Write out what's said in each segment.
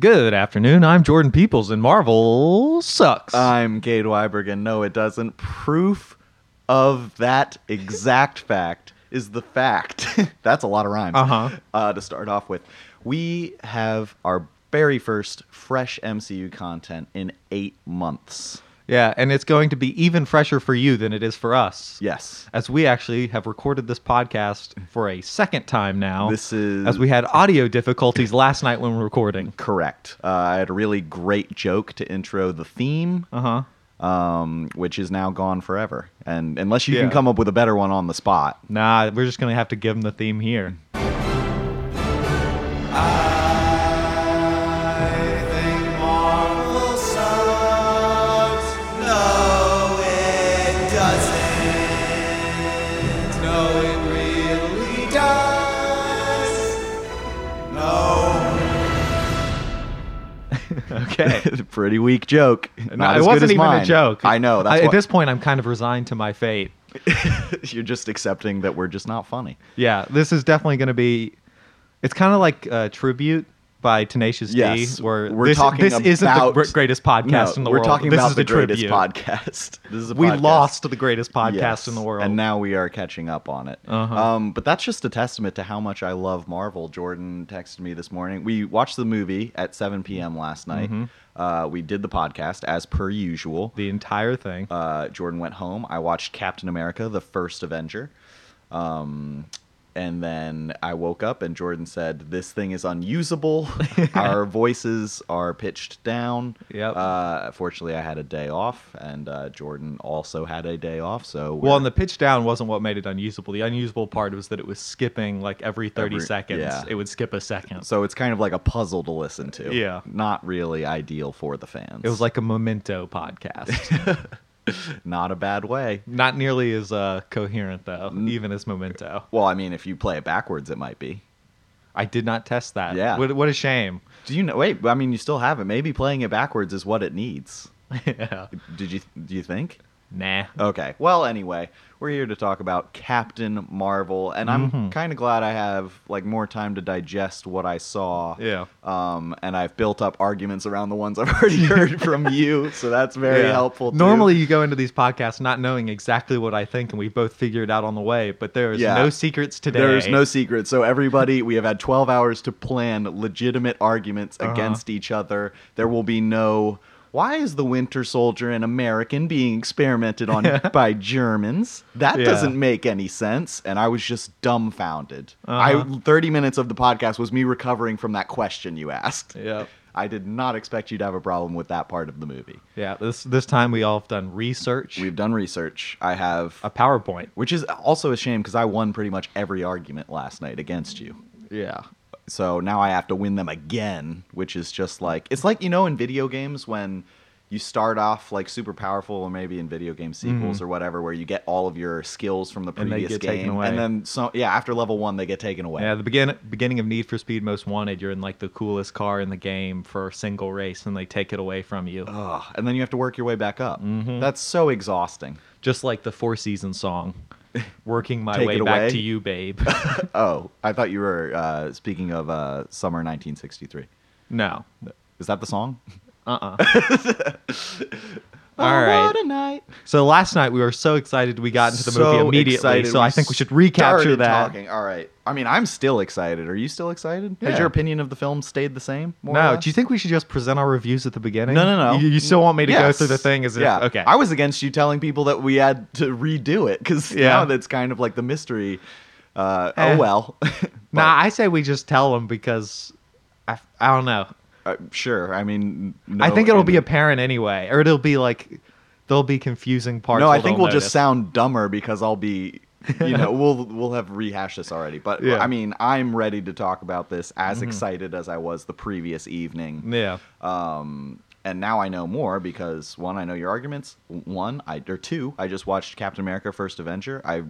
Good afternoon. I'm Jordan Peoples, and Marvel sucks. I'm Gade Weiberg, and no, it doesn't. Proof of that exact fact is the fact. That's a lot of rhymes. Uh-huh. Uh, to start off with, we have our very first fresh MCU content in eight months. yeah, and it's going to be even fresher for you than it is for us. Yes. As we actually have recorded this podcast for a second time now. This is- as we had audio difficulties last night when we were recording. Correct. Uh, I had a really great joke to intro the theme, Uh huh. um, which is now gone forever. And unless you Yeah. can come up with a better one on the spot, Nah, we're just gonna have to give them the theme here. Okay. pretty weak joke. No, Not it as good wasn't as even mine. a joke. I know. That's I- what, At this point, I'm kind of resigned to my fate. you're just accepting that we're just not funny. Yeah, this is definitely going to be. It's kind of like a tribute by Tenacious Yes, D, where we're this, talking this isn't the about- gr- greatest podcast No, in the we're world. talking this about is the, greatest tribute. podcast. This is a We podcast. lost the greatest podcast Yes, in the world. and now we are catching up on it. Uh-huh. Um, but that's just a testament to how much I love Marvel. Jordan texted me this morning. We watched the movie at 7 p.m. last night. Mm-hmm. Uh, we did the podcast as per usual. the entire thing. Uh, Jordan went home. I watched Captain America: The First Avenger. Um, and then I woke up and Jordan said, "This thing is unusable. Our voices are pitched down." Yep. Uh, fortunately, I had a day off, and uh, Jordan also had a day off. So well, and we're- the pitch down wasn't what made it unusable. The unusable part was that it was skipping like every 30 Every- seconds. yeah. It would skip a second. so it's kind of like a puzzle to listen to. Yeah. Not really ideal for the fans. It was like a memento podcast. not a bad way. Not nearly as uh, coherent, though, even as memento. Well, I mean, if you play it backwards, it might be. I did not test that. Yeah. What, what a shame. Do you know? Wait, I mean, you still have it. Maybe playing it backwards is what it needs. yeah. Did you do you think? Nah. Okay. Well, anyway, we're here to talk about Captain Marvel, and I'm Mm-hmm. kind of glad I have like more time to digest what I saw. Yeah. Um, and I've built up arguments around the ones I've already heard from you, so that's very Yeah. helpful. too. Normally, you go into these podcasts not knowing exactly what I think, and we both figure it out on the way. But there is Yeah. no secrets today. There is no secret. So everybody, we have had 12 hours to plan legitimate arguments Uh-huh. against each other. There will be no why is the Winter Soldier an American being experimented on by Germans? That Yeah. doesn't make any sense. And I was just dumbfounded. Uh-huh. I 30 minutes of the podcast was me recovering from that question you asked. Yep. I did not expect you to have a problem with that part of the movie. Yeah. This this time we all have done research. We've done research. I have a PowerPoint. which is also a shame because I won pretty much every argument last night against you. Yeah. So now I have to win them again, which is just like it's like you know in video games when you start off like super powerful, or maybe in video game sequels or whatever, where you get all of your skills from the Mm-hmm. And they previous get game, taken away. and then so yeah, after level one they get taken away. Yeah. The begin beginning of Need for Speed Most Wanted. You're in like the coolest car in the game for a single race, and they take it away from you. Ugh, and then you have to work your way back up. Mm-hmm. That's so exhausting. Just like the Four Seasons song. Working my Take way it back away? to you, babe. oh, I thought you were uh, speaking of uh, summer 1963. no. Is that the song? Uh uh All right. Uh-uh. Oh, What a night. So last night we were so excited we got into the So movie immediately. excited. So We I think we should recapture started that. Talking. All right. I mean, I'm still excited. Are you still excited? Yeah. Has your opinion of the film stayed the same? more or No, less? do you think we should just present our reviews at the beginning? No, no, no. You, you still want me to go Yes. through the thing? As if, yeah. okay. I was against you telling people that we had to redo it because Yeah. now that's kind of like the mystery. Uh, Eh. Oh well. nah, I say we just tell them because I, I don't know. But, uh, sure. I mean, I no think it'll end- be apparent anyway, or it'll be like there'll be confusing parts. No, where I think they'll we'll just notice. sound dumber because I'll be, you know, we'll we'll have rehashed this already. But Yeah. Mm-hmm. I mean, I'm ready to talk about this as excited as I was the previous evening. Yeah. Um, and now I know more because one, I know your arguments. One, I or two, I just watched Captain America: First Avenger. I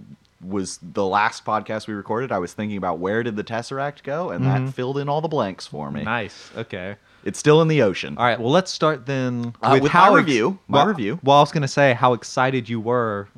was the last podcast we recorded. I was thinking about where did the Tesseract go, and that filled in all the blanks for me. Mm-hmm. Nice. Okay. It's still in the ocean. All right. Well, let's start then Uh, with how my ex- review, my well- review. Well, I was gonna say how excited you were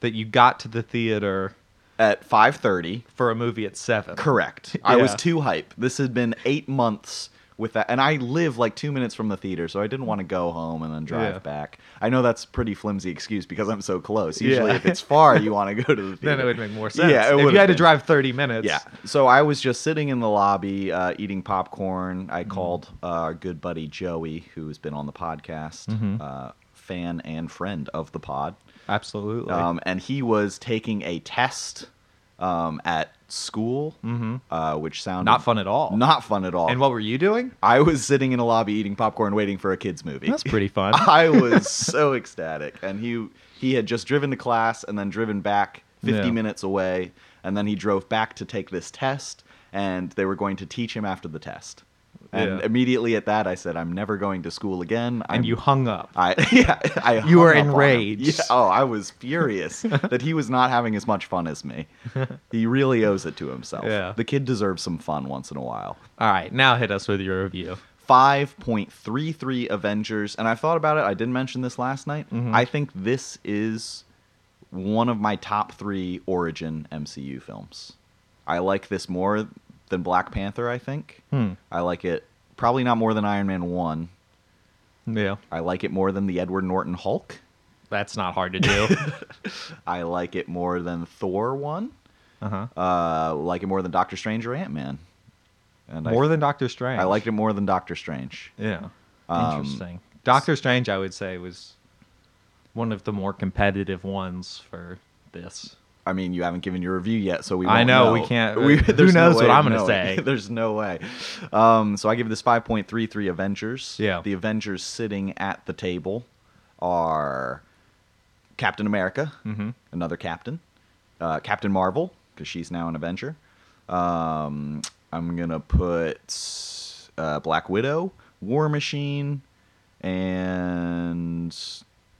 that you got to the theater At five thirty, for a movie at seven. correct. I was Yeah. too hype. This had been eight months with that. And I live like two minutes from the theater, so I didn't want to go home and then drive Yeah. back. I know that's pretty flimsy excuse because I'm so close. Usually, Yeah. if it's far, you want to go to the theater. Then it would make more sense. Yeah, it if would've you had to been. drive 30 minutes. Yeah. So I was just sitting in the lobby uh, eating popcorn. I Mm-hmm. called uh, our good buddy Joey, who's been on the podcast, Mm-hmm. uh, fan and friend of the pod. Absolutely. Um, and he was taking a test um, at school, uh, which sounded Mm-hmm. Not fun at all. Not fun at all. and what were you doing? I was sitting in a lobby eating popcorn, waiting for a kids movie. That's pretty fun. I was so ecstatic, and he he had just driven to class and then driven back 50 Yeah. minutes away, and then he drove back to take this test, and they were going to teach him after the test. And Yeah. immediately at that, I said, "I'm never going to school again." I'm, and you hung up. I yeah, I You were hung up on him. enraged. Yeah, oh, I was furious that he was not having as much fun as me. He really owes it to himself. Yeah. The kid deserves some fun once in a while. All right, now hit us with your review. 5.33 Avengers. And I thought about it. I did mention this last night. Mm-hmm. I think this is one of my top three origin MCU films. I like this more than Black Panther, I think. Hmm. I like it probably not more than Iron Man 1. Yeah, I like it more than the Edward Norton Hulk. that's not hard to do. I like it more than Thor 1. uh-huh. Uh, like it more than Doctor Strange or Ant Man. And More I, than Doctor Strange. I liked it more than Doctor Strange. Yeah. Um, Interesting. Doctor Strange, I would say, was one of the more competitive ones for this. I mean, you haven't given your review yet, so we. I won't know, we can't- uh, who there's knows what way of I'm gonna knowing. say. there's no way. Um, so I give this 5.33 Avengers. Yeah. The Avengers sitting at the table are Captain America, Mhm. another Captain, uh, Captain Marvel, because she's now an Avenger. Um, I'm gonna put uh, Black Widow, War Machine, and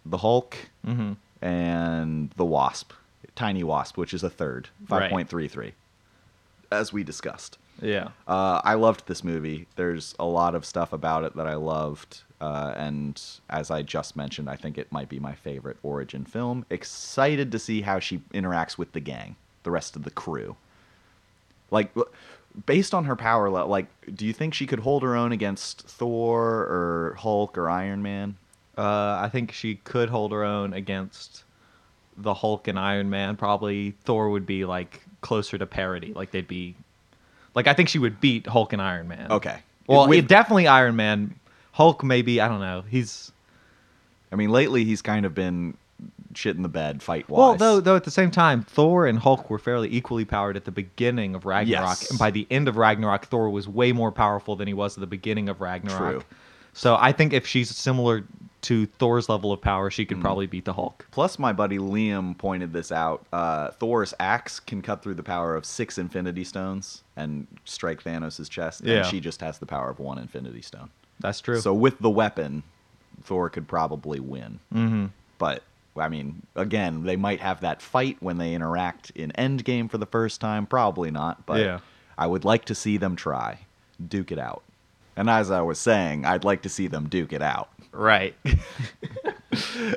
the Hulk Mm-hmm. and the Wasp, Tiny Wasp, which is a third, Right. 5.33, as we discussed. Yeah. Uh, I loved this movie. There's a lot of stuff about it that I loved. Uh, and as I just mentioned, I think it might be my favorite origin film. Excited to see how she interacts with the gang, the rest of the crew. Like, w- based on her power level, like, do you think she could hold her own against Thor or Hulk or Iron Man? Uh, I think she could hold her own against the Hulk and Iron Man. Probably Thor would be like closer to parity. Like they'd be, like I think she would beat Hulk and Iron Man. Okay. Well, With- it- definitely Iron Man. Hulk maybe I don't know. He's I mean, lately he's kind of been shit in the bed fight wise. well though though at the same time Thor and Hulk were fairly equally powered at the beginning of Ragnarok, Yes. and by the end of Ragnarok, Thor was way more powerful than he was at the beginning of Ragnarok. True. So I think if she's similar to Thor's level of power, she could Mm. probably beat the Hulk. Plus, my buddy Liam pointed this out. Uh, Thor's axe can cut through the power of six Infinity Stones and strike Thanos' chest, Yeah. and she just has the power of one Infinity Stone. That's true. So with the weapon, Thor could probably win. hmm But I mean, again, they might have that fight when they interact in Endgame for the first time. Probably not, but Yeah. I would like to see them try, duke it out. And as I was saying, I'd like to see them duke it out. Right.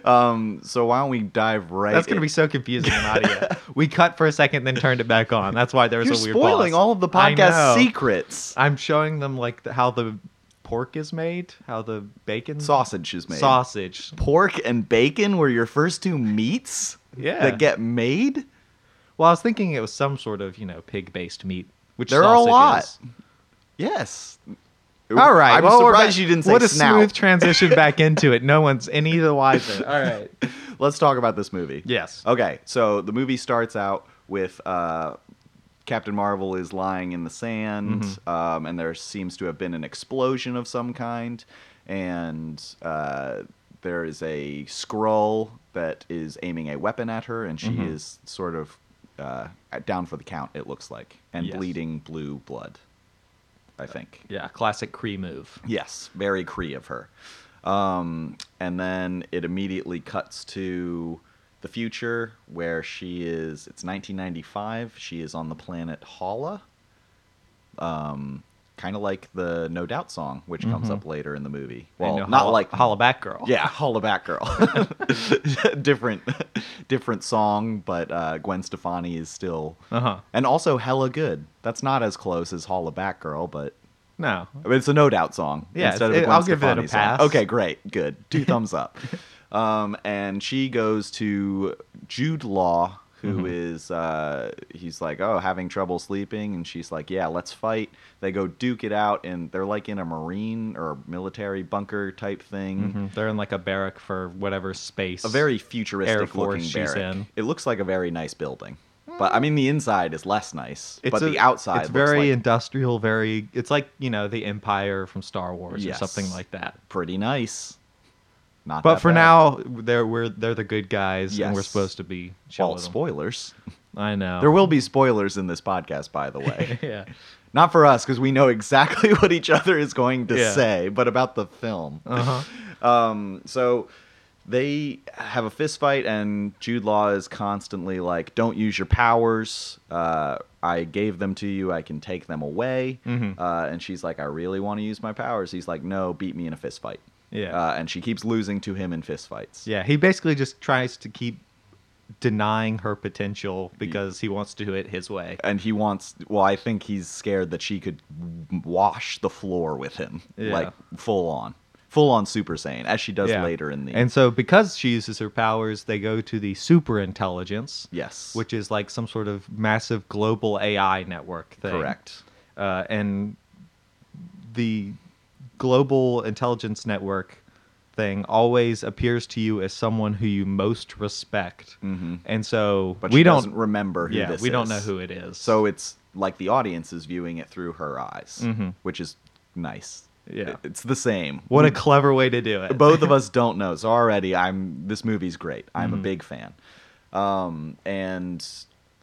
Um, so why don't we dive right? That's going in- to be so confusing in audio. we cut for a second, then turned it back on. That's why there was You're a weird spoiling pause. all of the I podcast know. secrets. I'm showing them like the, how the pork is made, how the bacon Sausage is made. sausage. Pork and bacon were your first two meats Yeah. that get made. Well, I was thinking it was some sort of you know pig based meat, which There are a sausage lot. is. Yes. All right. I'm well, we're surprised back- you didn't say What a snout. smooth transition back into it. No one's any the wiser. All right. Let's talk about this movie. Yes. Okay, so the movie starts out with uh, Captain Marvel is lying in the sand, Mm-hmm. um, and there seems to have been an explosion of some kind, and uh, there is a scroll that is aiming a weapon at her, and she Mm-hmm. is sort of uh, down for the count. It looks like, and Yes. bleeding blue blood. I think. Yeah. Classic Cree move. Yes, very Cree of her. Um, and then it immediately cuts to the future where she is. It's 1995. She is on the planet Hala. Um, kind of like the No Doubt song, which comes up later in the movie. Well, Mm-hmm. I know, not holla- like holla back girl. yeah, Holla Back Girl. different, different song, but uh, Gwen Stefani is still, Uh huh. and also Hella Good. That's not as close as Holla Back Girl, but No. I mean, it's a no doubt song. Yeah, instead of it- the I'll Gwen give it a Stefani song. pass. Okay, great, good. Two thumbs up. Um, and she goes to Jude Law, who is Mm-hmm. uh, he's like, oh, having trouble sleeping, and she's like, yeah, let's fight. They go duke it out, and they're like in a marine or military bunker type thing. Mhm. They're in like a barrack for whatever space. A very futuristic Air Force looking she's barrack. in. It looks like a very nice building, but I mean, the inside is less nice, It's but a- the outside It's looks very like industrial. Very. It's like you know the Empire from Star Wars Yes. or something like that. pretty nice. Not But that for bad. now, they're we're they're the good guys, and we're Yes. supposed to be chill well, with them. spoilers. I know. There will be spoilers in this podcast, by the way. yeah. Not for us, because we know exactly what each other is going to Yeah. say, but about the film. Uh huh. Um, so they have a fist fight, and Jude Law is constantly like, "Don't use your powers. Uh, I gave them to you. I can take them away." Mhm. Uh, and she's like, "I really want to use my powers." He's like, "No, beat me in a fist fight." Yeah. Uh, and she keeps losing to him in fist fights. Yeah, he basically just tries to keep denying her potential because he wants to do it his way. and he wants well i think he's scared that she could w- wash the floor with him Yeah. like full on full on super saiyan as she does Yeah. later in the And so because she uses her powers, they go to the super intelligence, yes which is like some sort of massive global AI network thing. correct Uh, and the global intelligence network thing always appears to you as someone who you most respect. Mhm. And so but we she don't doesn't remember who yeah, this we don't is. know who it is. so it's like the audience is viewing it through her eyes Mhm. which is nice Yeah. It- it's the same what a clever way to do it. both of us don't know. So already, I'm this movie's great. I'm Mm-hmm. a big fan. Um, and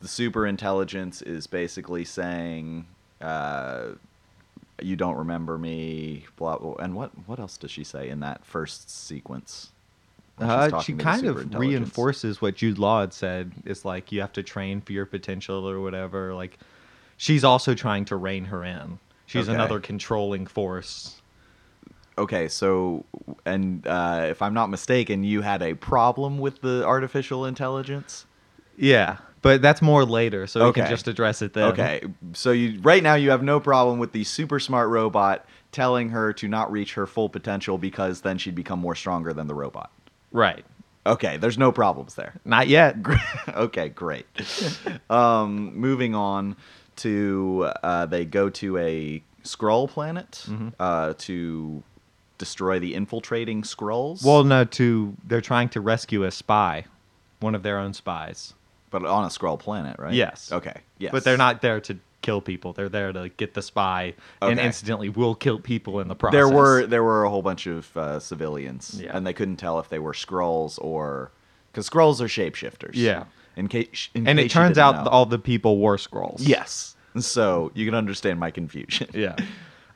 the super intelligence is basically saying, uh, "You don't remember me." Blah, blah. And what what else does she say in that first sequence? when she's Uh, talking she to the kind of superintelligence? reinforces what Jude Law had said. It's like you have to train for your potential or whatever. Like she's also trying to rein her in. She's Okay. another controlling force. Okay, so and uh, if I'm not mistaken, you had a problem with the artificial intelligence. Yeah, but that's more later, so we Okay. can just address it then. Okay, so you right now you have no problem with the super smart robot telling her to not reach her full potential because then she'd become more stronger than the robot. right? Okay, there's no problems there. Not yet. okay, great. um, moving on to uh, they go to a scroll planet Mm-hmm. uh, to destroy the infiltrating scrolls. Well, no. To they're trying to rescue a spy, one of their own spies. but on a scroll planet, right? Yes. Okay. Yes. But they're not there to kill people. They're there to get the spy, and Okay. incidentally, will kill people in the process. There were there were a whole bunch of uh, civilians, Yeah. and they couldn't tell if they were scrolls or because scrolls are shapeshifters. Yeah. In case, in and it case you turns didn't out know. th- all the people wore scrolls. yes. So you can understand my confusion. Yeah. they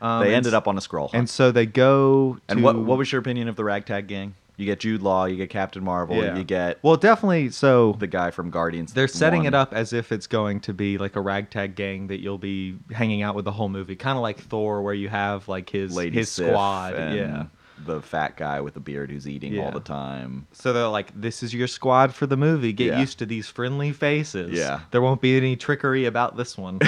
Um, and ended s- up on a scroll. hunt. And so they go to And what what was your opinion of the ragtag gang? You get Jude Law, you get Captain Marvel, Yeah. you get Well, definitely. So the guy from Guardians. they're setting 1. it up as if it's going to be like a ragtag gang that you'll be hanging out with the whole movie, kind of like Thor, where you have like his Lady his Sif squad. and Yeah. The fat guy with the beard who's eating all Yeah. the time. So they're like, "This is your squad for the movie. Get Yeah. used to these friendly faces. Yeah. There won't be any trickery about this one."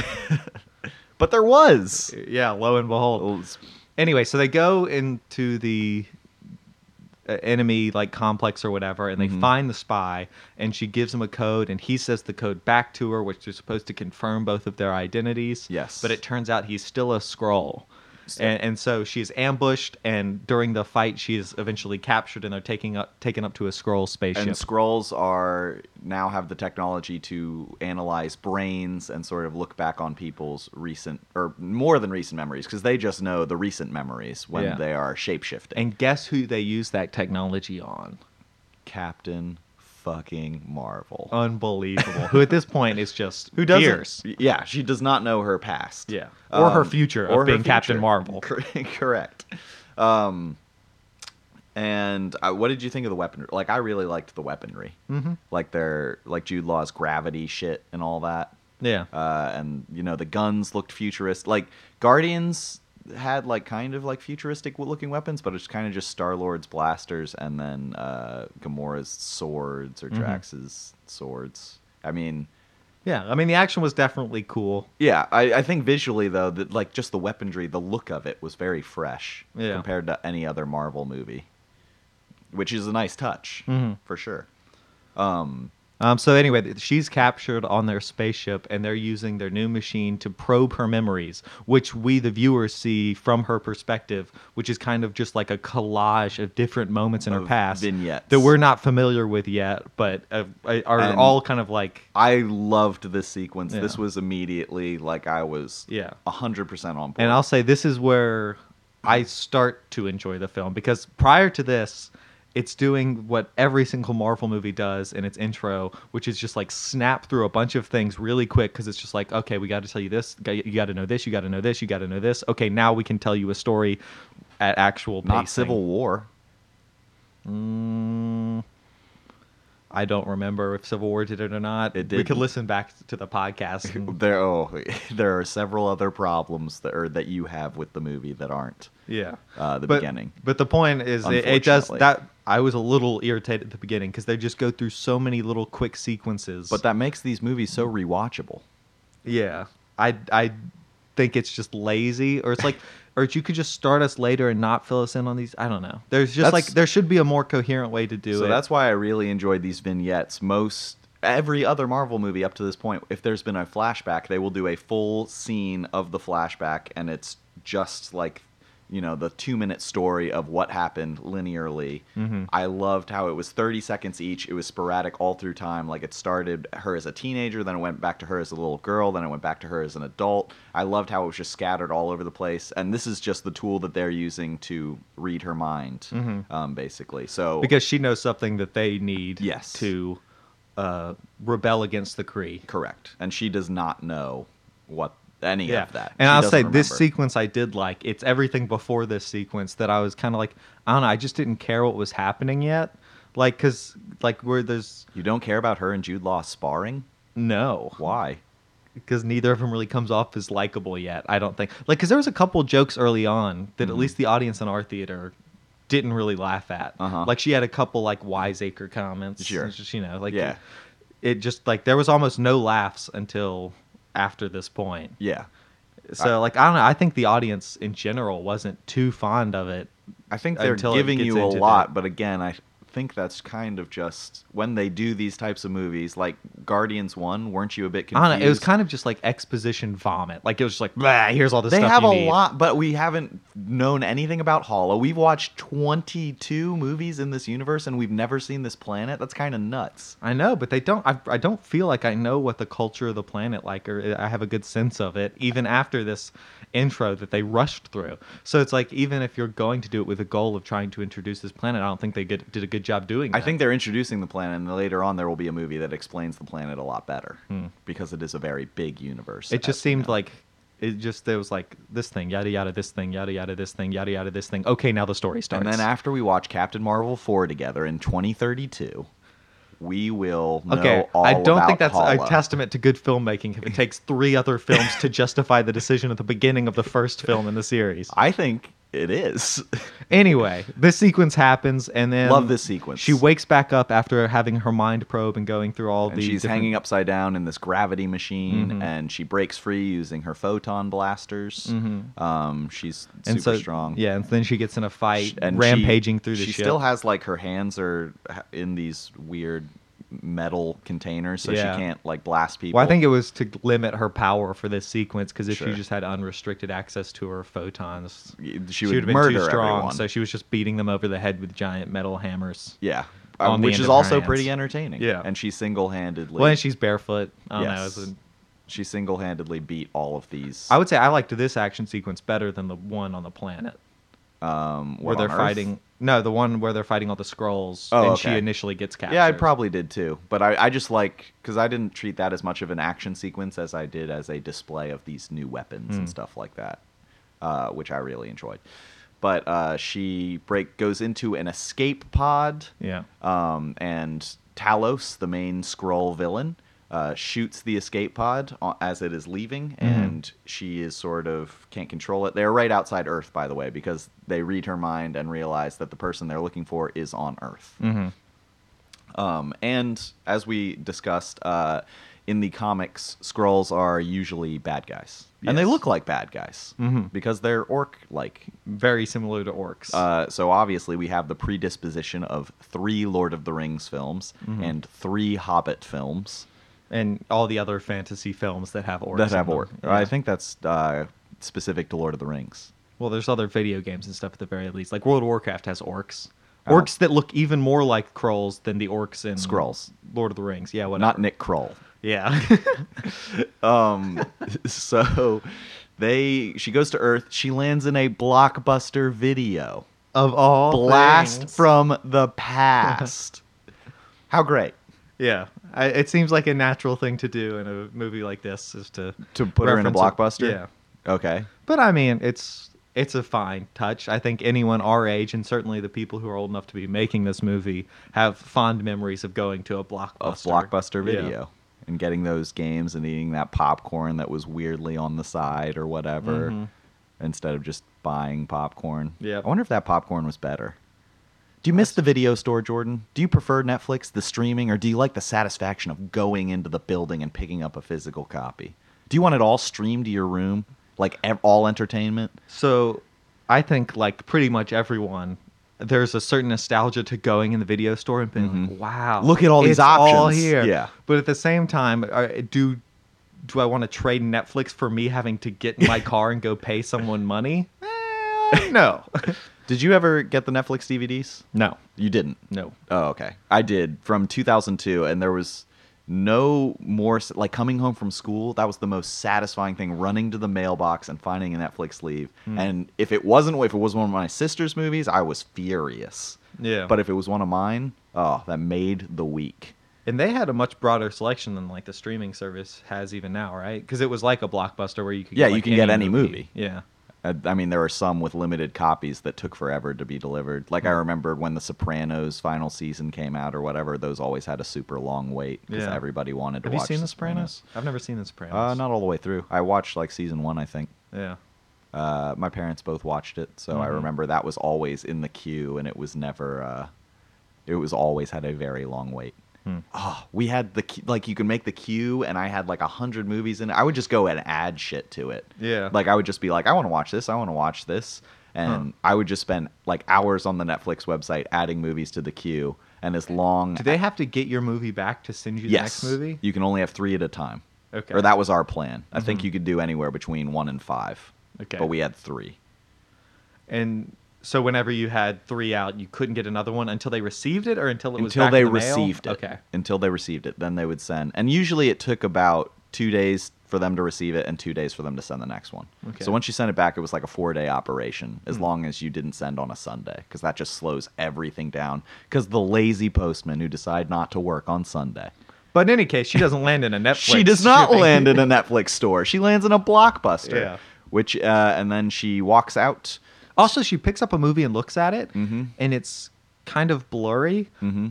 But there was. yeah. Lo and behold. anyway, so they go into the uh, enemy like complex or whatever, and they Mhm. find the spy, and she gives him a code, and he says the code back to her, which they're supposed to confirm both of their identities. Yes. but it turns out he's still a scroll. And, and so she's ambushed, and during the fight, she is eventually captured, and they're taking up taken up to a scroll spaceship. And scrolls are now have the technology to analyze brains and sort of look back on people's recent or more than recent memories because they just know the recent memories when Yeah. they are shapeshifting. and guess who they use that technology on? Captain fucking Marvel. Uh, Unbelievable. who at this point is just Who doesn't? Gears. Yeah, she does not know her past. Um, Yeah. Or her future of or her being Captain future. Marvel. Cor- Correct. Um, and uh, what did you think of the weaponry? Like, I really liked the weaponry. Hmm. Mm-hmm. Like their like Jude Law's gravity shit and all that. Yeah. Uh, and you know the guns looked futurist. Like Guardians had like kind of like futuristic looking weapons, but it's kind of just Star Lord's blasters and then uh, Gamora's swords or Mhm. Drax's swords. I mean, Yeah, I mean the action was definitely cool. Yeah, I, I think visually though, that like just the weaponry, the look of it was very fresh Yeah. compared to any other Marvel movie, which is a nice touch Mhm. for sure. Um, so anyway, th- she's captured on their spaceship, and they're using their new machine to probe her memories, which we, the viewers, see from her perspective, which is kind of just like a collage of different moments in her Of past vignettes. that we're not familiar with yet, but uh, are And- all kind of like I loved this sequence. Yeah. This was immediately like I was Yeah. hundred percent on board. And I'll say this is where I start to enjoy the film because prior to this, it's doing what every single Marvel movie does in its intro, which is just like snap through a bunch of things really quick because it's just like, okay, we got to tell you this, got- you got to know this, you got to know this, you got to know this. Okay, now we can tell you a story at actual not pacing. Civil War. Mm, I don't remember if Civil War did it or not. It We could didn't. listen back to the podcast. and- There, oh, there are several other problems that are that you have with the movie that aren't. yeah. uh, the but, beginning. But the point is, it, it does Unfortunately. that. I was a little irritated at the beginning because they just go through so many little quick sequences. But that makes these movies so rewatchable. yeah, I I think it's just lazy, or it's like, or you could just start us later and not fill us in on these. I don't know. There's just like That's- there should be a more coherent way to do so it. that's why I really enjoyed these vignettes. Most every other Marvel movie up to this point, if there's been a flashback, they will do a full scene of the flashback, and it's just like you know the two minute story of what happened linearly. Mm-hmm. I loved how it was 30 seconds each. It was sporadic all through time. Like it started her as a teenager, then it went back to her as a little girl, then it went back to her as an adult. I loved how it was just scattered all over the place. And this is just the tool that they're using to read her mind, um, basically. So Mm-hmm. because she knows something that they need. Yes. To uh, rebel against the Kree. Correct. And she does not know what any of that. And She I'll doesn't say this remember. sequence I did like. It's everything before this sequence that I was kind of like, I don't know, I just didn't care what was happening yet. Like, cause like where there's You don't care about her and Jude Law sparring? no, Why? because neither of them really comes off as likable yet. I don't think. Like, cause there was a couple jokes early on that Mm-hmm. at least the audience in our theater didn't really laugh at. Uh-huh. Like she had a couple like wiseacre comments. Sure. It's just, you know, like Yeah. It just like there was almost no laughs until after this point. Yeah. So like I don't know. I think the audience in general wasn't too fond of it. I think they're Until it giving gets you a into lot, that. but again, I think that's kind of just when they do these types of movies, like Guardians 1, weren't you a bit confused? I don't know. It was kind of just like exposition vomit. Like it was just like, "Blah, here's all this they stuff. have you a need." lot, but we haven't known anything about Hollow. We've watched 22 movies in this universe and we've never seen this planet. That's kind of nuts. I know, but they don't. I, I don't feel like I know what the culture of the planet like, or I have a good sense of it, even after this intro that they rushed through. So it's like, even if you're going to do it with the goal of trying to introduce this planet, I don't think they did, did a good job doing. I that. think they're introducing the planet, and later on there will be a movie that explains the planet a lot better because it is a very big universe. Hmm. it just as we seemed know. like it just there was like this thing, yada yada, this thing, yada yada, this thing, yada yada, this thing. Okay, now the story starts. And then after we watch Captain Marvel four together in 2032, we will know Okay, all I don't about think that's Paula. a testament to good filmmaking if it takes three other films to justify the decision at the beginning of the first film in the series. I think it is. Anyway, this sequence happens, and then Love this sequence. She wakes back up after having her mind probe and going through all and the. she's different- Mm-hmm. hanging upside down in this gravity machine, and she breaks free using her photon blasters. Um, she's Mm-hmm. and super so, strong. Yeah, and then she gets in a Sh- fight, and rampaging she- through the she ship. still has like her hands are h- in these weird metal containers so Yeah. she can't like blast people well, I think it was to limit her power for this sequence because if Sure. she just had unrestricted access to her photons, Y- she would would have been murder too strong. everyone. So she was just beating them over the head with giant metal hammers. yeah on Um, the which end of is her also hands. pretty entertaining Yeah. and she single-handedly Well, and oh, she's barefoot. I don't know, yes, it's a- she single-handedly beat all of these I would say I liked this action sequence better than the one on the planet um where what they're on Earth? fighting. No, the one where they're fighting all the scrolls Oh, and she okay. initially gets captured. yeah i probably did too but i, I just like because i didn't treat that as much of an action sequence as i did as a display of these new weapons and stuff like that uh, which i really enjoyed but uh, she break goes into an escape pod Yeah. um, and Talos, the main scroll villain, uh, shoots the escape pod o- as it is leaving, and she is sort of can't control it. They're right outside Earth, by the way, because they read her mind and realize that the person they're looking for is Mm-hmm. on Earth. Um, and as we discussed, uh, in the comics, Skrulls are usually bad guys, and they Yes. look like bad guys Mhm. because they're orc-like. Very similar to orcs. Uh, so obviously, we have the predisposition of three Lord of the Rings films Mm-hmm. and three Hobbit films and all the other fantasy films that have orcs. that in have them. orc. Yeah. I think that's uh, specific to Lord of the Rings. Well, there's other video games and stuff at the very least. Like World of Warcraft has orcs. Oh. Orcs that look even more like Krulls than the orcs in Skrulls. Lord of the Rings. Yeah, Mm-hmm. whatever. Not Nick Kroll. Yeah. Um, so they she goes to Earth. She lands in a blockbuster video. of all blast things. from the past. How great Yeah, I, it seems like a natural thing to do in a movie like this is to to put her in a reference blockbuster. it. yeah, Okay. but I mean, it's it's a fine touch. I think anyone our age, and certainly the people who are old enough to be making this movie, have fond memories of going to a blockbuster. A blockbuster Yeah. video and getting those games and eating that popcorn that was weirdly on the side or whatever Mhm. instead of just buying popcorn. Yep. I wonder if that popcorn was better. Do you miss the video store, Jordan? Do you prefer Netflix, the streaming, or do you like the satisfaction of going into the building and picking up a physical copy? Do you want it all streamed to your room, like ev- all entertainment? So, I think like pretty much everyone. There's a certain nostalgia to going in the video store and being Mhm. like, "Wow, Look at all these it's All options." here, Yeah. But at the same time, are, do do I want to trade Netflix for me having to get in my car and go pay someone money? Eh, no, Did you ever get the Netflix DVDs? no, You didn't. no. Oh, okay. I did from 2002, and there was no more s- like coming home from school. That was the most satisfying thing: running to the mailbox and finding a Netflix sleeve. And if it wasn't, if it was one of my sister's movies, I was furious. Yeah. But if it was one of mine, oh, that made the week. And they had a much broader selection than like the streaming service has even now, right? Because it was like a blockbuster where you could Yeah, get, you like, can get any movie. Yeah, I, Uh, I mean, there were some with limited copies that took forever to be delivered. Like I Mm. remember when The Sopranos final season came out or whatever; those always had a super long wait because Yeah. everybody wanted to have you watch. seen The Sopranos? I've never seen The Sopranos. Uh, not all the way through. I watched like season one, I think. Yeah. Uh, my parents both watched it, so I Mhm. remember that was always in the queue, and it was never. Uh, it was always had a very long wait. Hmm. Oh, we had the que- like you could make the queue, and I had like a hundred movies in it. I would just go and add shit to it. Yeah. Like I would just be like, I want to watch this. I want to watch this, and I would just spend like hours on the Netflix website adding movies to the queue, and as long Do they have to get your movie back to send you the next yes movie? you can only have three at a time. Okay. Or that was our plan. I think Mhm. you could do anywhere between one and five. Okay. But we had three. And so whenever you had three out, you couldn't get another one until they received it, or until it was until back they in the mail? received it. Okay. Until they received it. Then they would send. And usually it took about two days for them to receive it and two days for them to send the next one. Okay. Hmm. So once you sent it back, it was like a four day operation as long as you didn't send on a Sunday because that just slows everything down. Because the lazy postmen who decide not to work on Sunday. But in any case, she doesn't land in a Netflix. she does not shipping. land in a Netflix store. She lands in a blockbuster. Yeah. Which, uh, and then she walks out. Also, she picks up a movie and looks at it, Mhm. and it's kind of blurry. Mm-hmm.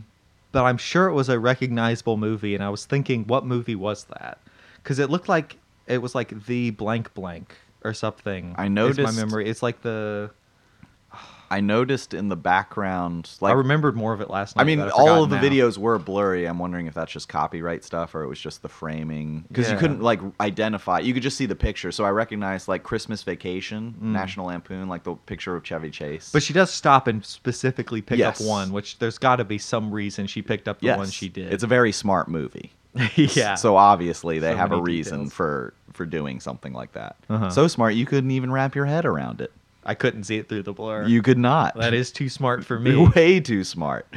but I'm sure it was a recognizable movie. And I was thinking, what movie was that? Because it looked like it was like the blank blank or something. I is my noticed- memory. It's like the I noticed in the background, like I remembered more of it last night. I mean, but I've all of the forgotten now. videos were blurry. I'm wondering if that's just copyright stuff or it was just the framing because you Yeah. couldn't like identify. You could just see the picture. So I recognized like Christmas Vacation, National Lampoon, like the picture of Chevy Chase. Mm. But she does stop and specifically pick Yes. up one, which there's got to be some reason she picked up the yes, one she did. It's a very smart movie. yeah. So obviously they So have a many reason details. for for doing something like that. Uh-huh. So smart you couldn't even wrap your head around it. I couldn't see it through the blur. You could not. that is too smart for You're me. Way too smart.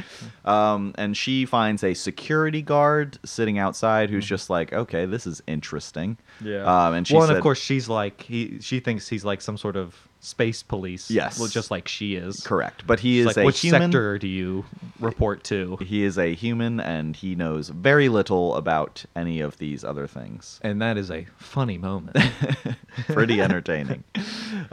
Um, and she finds a security guard sitting outside who's just like, okay, this is interesting. Um, and she Mm. well, and said- of course, she's like he. She thinks he's like some sort of space police. Yes. well, just like she is. Correct. But he She's is like, a which human. sector do you report to? He is a human and he knows very little about any of these other things. And that is a funny moment. Pretty entertaining.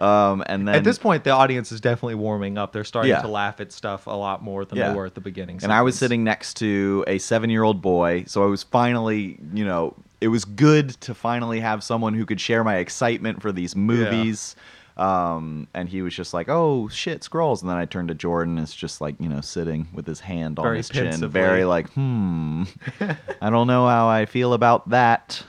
um, and then at this point, the audience is definitely warming up. They're starting Yeah. to laugh at stuff a lot more than Yeah. they were at the beginning. and I was sequence. sitting next to a seven year old boy. So I was finally, you know, it was good to finally have someone who could share my excitement for these movies. Um, and he was just like, "Oh shit, scrolls." And then I turned to Jordan. It's just like you know, sitting with his hand on Very his chin, pensively. very like, "Hmm, I don't know how I feel about that."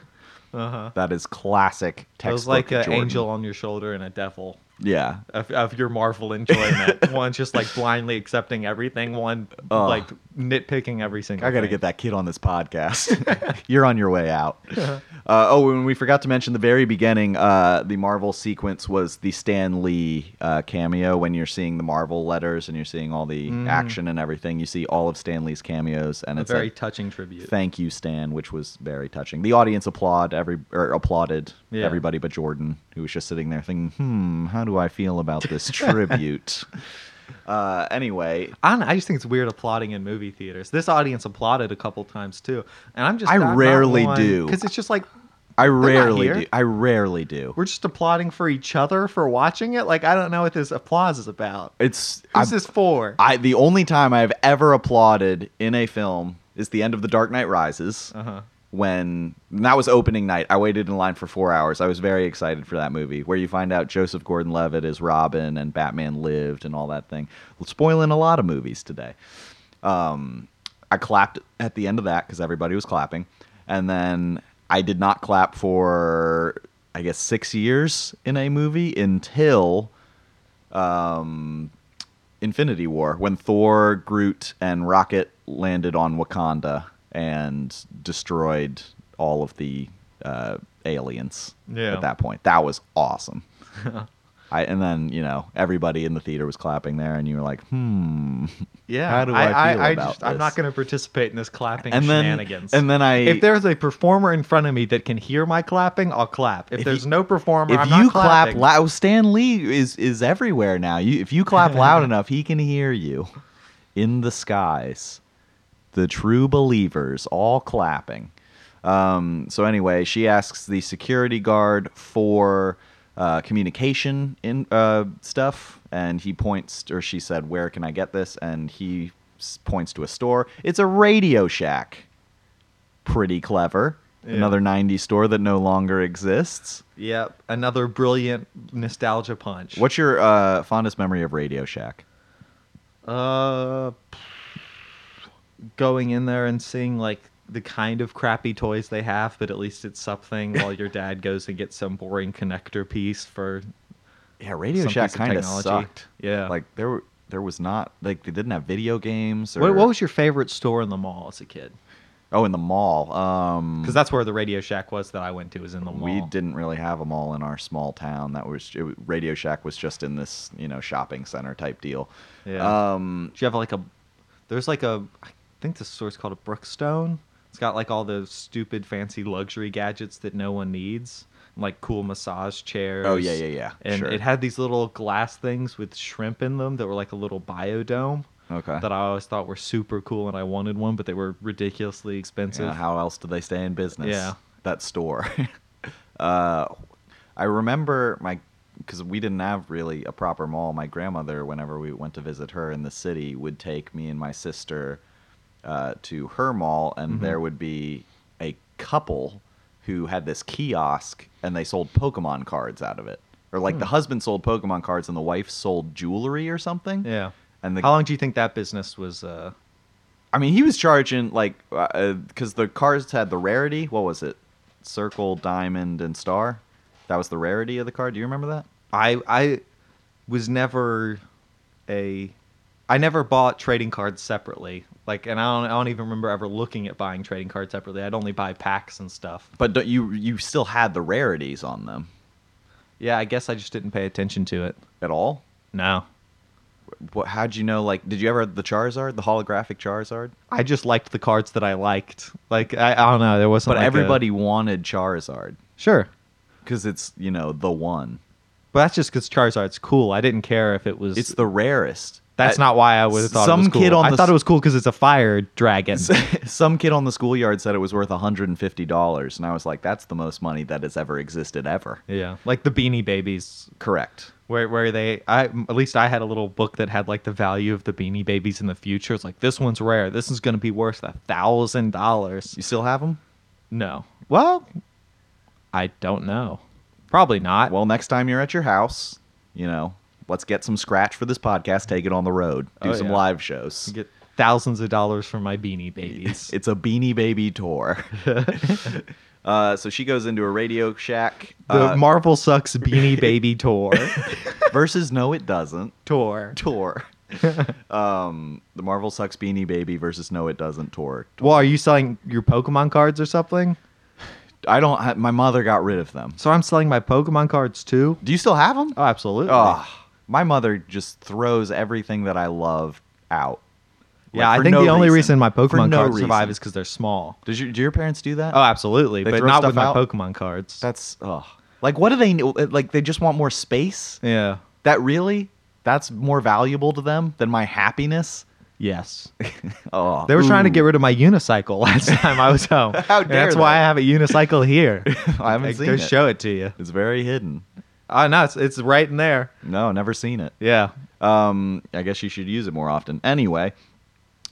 Uh-huh. That is classic It textbook. was like an Jordan. angel on your shoulder and a devil Yeah, of, of your Marvel enjoyment. one just like blindly accepting everything. One Ugh. like nitpicking every single. I got to thing. get that kid on this podcast. You're on your way out. Uh-huh. Uh, oh, and we forgot to mention the very beginning. Uh, the Marvel sequence was the Stan Lee uh, cameo. When you're seeing the Marvel letters and you're seeing all the action and everything, you see all of Stan Lee's cameos, and Mm. A it's very a touching tribute. thank you, Stan, which was very touching. The audience applaud every or applauded Yeah. everybody but Jordan, who was just sitting there thinking, "Hmm, how do I feel about this tribute?" Uh, anyway, I, don't know, I just think it's weird applauding in movie theaters. This audience applauded a couple times too, and I'm just I rarely do. because it's just like I rarely here. do. I rarely do. we're just applauding for each other for watching it. Like I don't know what this applause is about. It's Who's I- this for? I the only time I've ever applauded in a film is the end of The Dark Knight Rises. Uh-huh. When and that was opening night, I waited in line for four hours. I was very excited for that movie, where you find out Joseph Gordon-Levitt is Robin and Batman lived and all that thing. Spoiling a lot of movies today. Um, I clapped at the end of that because everybody was clapping, and then I did not clap for I guess six years in a movie until um, Infinity War when Thor, Groot, and Rocket landed on Wakanda and destroyed all of the uh, aliens. Yeah. At that point, that was awesome. I, and then you know everybody in the theater was clapping there, and you were like, "Hmm." yeah, how do I feel about I'm this? not going to participate in this clapping And then, shenanigans. and then I, if there's a performer in front of me that can hear my clapping, I'll clap. If, If there's you- no performer, if I'm you not clap clapping. loud, Stan Lee is is everywhere now. You if you clap loud enough, he can hear you in the skies. The true believers all clapping. Um, so anyway, she asks the security guard for uh, communication in uh, stuff, and he points, or she said, "Where can I get this?" And he s- points to a store. It's a Radio Shack. Pretty clever. Yeah. Another '90s store that no longer exists. Yep, another brilliant nostalgia punch. What's your uh, fondest memory of Radio Shack? Uh, going in there and seeing like the kind of crappy toys they have, but at least it's something. While your dad goes and gets some boring connector piece for Yeah, Radio Some Shack piece of kind of technology. sucked. Yeah. like there were- there was not like they didn't have video games. Or, what, what was your favorite store in the mall as a kid? oh in the mall? Um, Because that's where the Radio Shack was that I went to. Was in the mall. we didn't really have a mall in our small town. That was it, Radio Shack was just in this you know shopping center type deal. Yeah. Um, Do you have like a? There's like a. I think this store's called a Brookstone. It's got like all those stupid fancy luxury gadgets that no one needs, like cool massage chairs. Oh, yeah, yeah, yeah. And Sure. it had these little glass things with shrimp in them that were like a little biodome okay. that I always thought were super cool, and I wanted one, but they were ridiculously expensive. Yeah, how else do they stay in business? Yeah. That store. uh, I remember my, because we didn't have really a proper mall. My grandmother, whenever we went to visit her in the city, would take me and my sister uh, to her mall, and Mm-hmm. there would be a couple who had this kiosk and they sold Pokemon cards out of it. Or like the Hmm. husband sold Pokemon cards and the wife sold jewelry or something. Yeah. And the How long do you think that business was? Uh, I mean, he was charging like because the cards had the rarity. What was it? Circle, diamond, and star. That was the rarity of the card. Do you remember that? I I was never a I never bought trading cards separately. Like, and I don't I don't even remember ever looking at buying trading cards separately. I'd only buy packs and stuff. But do you you still had the rarities on them Yeah, I guess I just didn't pay attention to it. at all? No, What, how'd you know? Like, did you ever have the Charizard, the holographic Charizard? I just liked the cards that I liked. Like, I, I don't know. There wasn't. But like, a- everybody wanted Charizard sure. because it's you know the one. But that's just because Charizard's cool. I didn't care if it was. It's the rarest. that's I- not why I would have thought Some it was cool. kid on I the thought s- it was cool because it's a fire dragon. Some kid on the schoolyard said it was worth $150, and I was like, that's the most money that has ever existed ever. yeah, like the Beanie Babies Correct. where where they I at least I had a little book that had like the value of the beanie babies in the future. It's like this one's rare. This is going to be worth a thousand dollars. You still have them? No, well, I don't know. Probably not. Well, next time you're at your house, you know, let's get some scratch for this podcast, take it on the road, do Oh, some yeah. live shows. Get thousands of dollars from my beanie babies. It's a Beanie Baby tour. uh, so she goes into a Radio Shack the uh, Marvel sucks beanie baby tour. versus No, it doesn't tour. tour. um, the Marvel sucks Beanie Baby versus No, it doesn't tour. Well, are you selling your Pokemon cards or something? I don't. ha my mother got rid of them. So I'm selling my Pokemon cards too. Do you still have them? Oh, absolutely. Oh, my mother just throws everything that I love out. yeah, Like, I for think no the only reason, my For Pokemon no cards survive reason. is because they're small. Does your, do your parents do that? Oh, absolutely, They but throw not stuff with my out? Pokemon cards. that's oh, like what do they like? They just want more space. yeah. That really, that's more valuable to them than my happiness. Yes. Oh, They were trying to ooh. get rid of my unicycle last time I was home. How And dare That's why they. I have a unicycle here. I haven't Like, seen they it. show it to you. It's very hidden. Oh no, it's, it's right in there. No, never seen it. Yeah. Um, I guess you should use it more often. Anyway,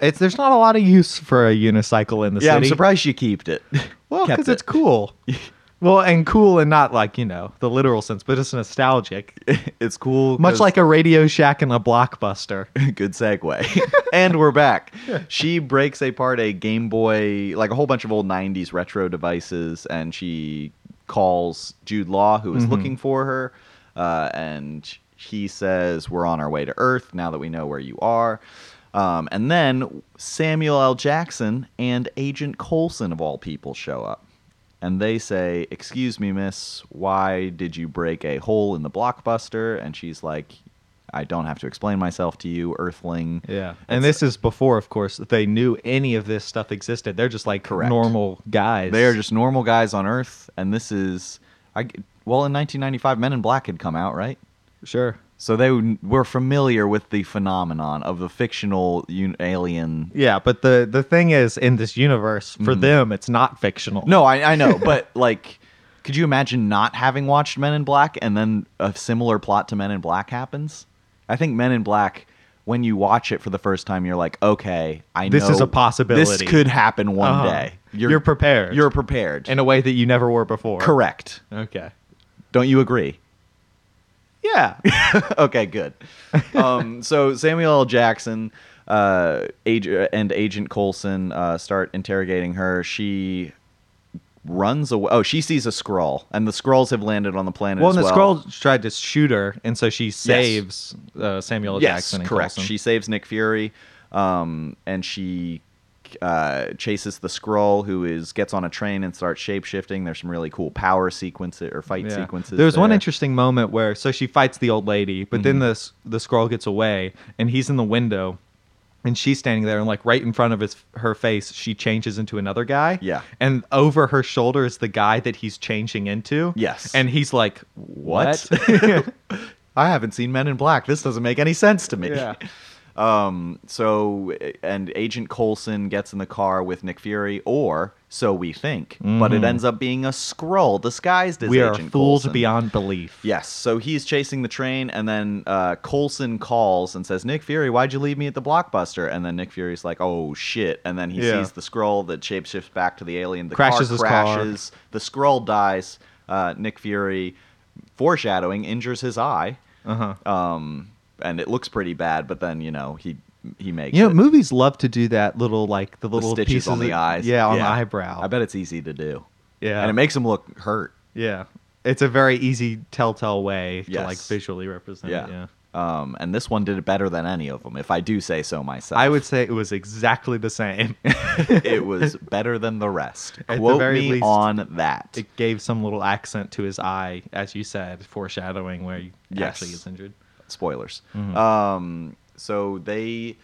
It's there's not a lot of use for a unicycle in the yeah, I'm city. surprised you keeped it. Well, Kept because it. it's cool. well, and cool and not like, you know, the literal sense, but it's nostalgic. it's cool. Much 'cause- like a Radio Shack and a Blockbuster. Good segue. and we're back. She breaks apart a Game Boy, like a whole bunch of old 90s retro devices, and she calls Jude Law, who is looking for her. Uh, and he says, We're on our way to Earth now that we know where you are. Um, and then Samuel L. Jackson and Agent Coulson, of all people, show up. And they say, Excuse me, miss, why did you break a hole in the blockbuster? And she's like, I don't have to explain myself to you, Earthling. Yeah. And this is before, of course, they knew any of this stuff existed. They're just like Correct. normal guys. They are just normal guys on Earth. And this is, I, well, in 1995, Men in Black had come out, right? sure. So they were familiar with the phenomenon of the fictional un- alien. Yeah, but the the thing is in this universe, for them it's not fictional. Mm. No, I, I know, but like, could you imagine not having watched Men in Black and then a similar plot to Men in Black happens? I think Men in Black, when you watch it for the first time, you're like, okay, I This know is a possibility. This could happen one Uh-huh. day. You're prepared. You're prepared. in a way that you never were before. correct. Okay. Don't you agree? Yeah. okay, good. Um, so Samuel L. Jackson uh, ag- and Agent Coulson uh, start interrogating her. She runs away. Oh, she sees a scroll, and the scrolls have landed on the planet. well, as and the well. scroll tried to shoot her, and so she saves uh, Samuel L. Yes, Jackson. and correct. Coulson. She saves Nick Fury, um, and she uh, chases the scroll, who is gets on a train and starts shape shifting. There's some really cool power sequences or fight Yeah. sequences. There's one there. Mm-hmm. interesting moment where so she fights the old lady, but then the s- the scroll gets away, and he's in the window, and she's standing there, and like right in front of his her face, she changes into another guy. Yeah. and over her shoulder is the guy that he's changing into. Yes. and he's like, What? "What?" I haven't seen Men in Black. This doesn't make any sense to me. Yeah. Um, so, and Agent Coulson gets in the car with Nick Fury, or so we think, but it ends up being a scroll disguised as Mm. we are Agent fools Coulson. beyond belief. Yes. So he's chasing the train, and then uh, Coulson calls and says, "Nick Fury, why'd you leave me at the blockbuster?" And then Nick Fury's like, "Oh shit!" And then he Yeah. sees the scroll that shapeshifts back to the alien. The Crashes car his car. crashes. The scroll dies. Uh, Nick Fury, foreshadowing, injures his eye, Uh-huh. um, and it looks pretty bad. But then you know he he makes You know, it. movies love to do that little like the The little stitches pieces on the of- eyes. Yeah, on the eyebrow. I bet it's easy to do. Yeah. And it makes him look hurt. Yeah. It's a very easy telltale way to like Yes. visually represent Yeah. it. Yeah. Um, and this one did it better than any of them, if I do say so myself. I would say it was exactly the same. it was better than the rest. At the Quote very me least, on that. it gave some little accent to his eye, as you said, foreshadowing where he Yes. actually gets injured. Spoilers. Mm-hmm. Um, so they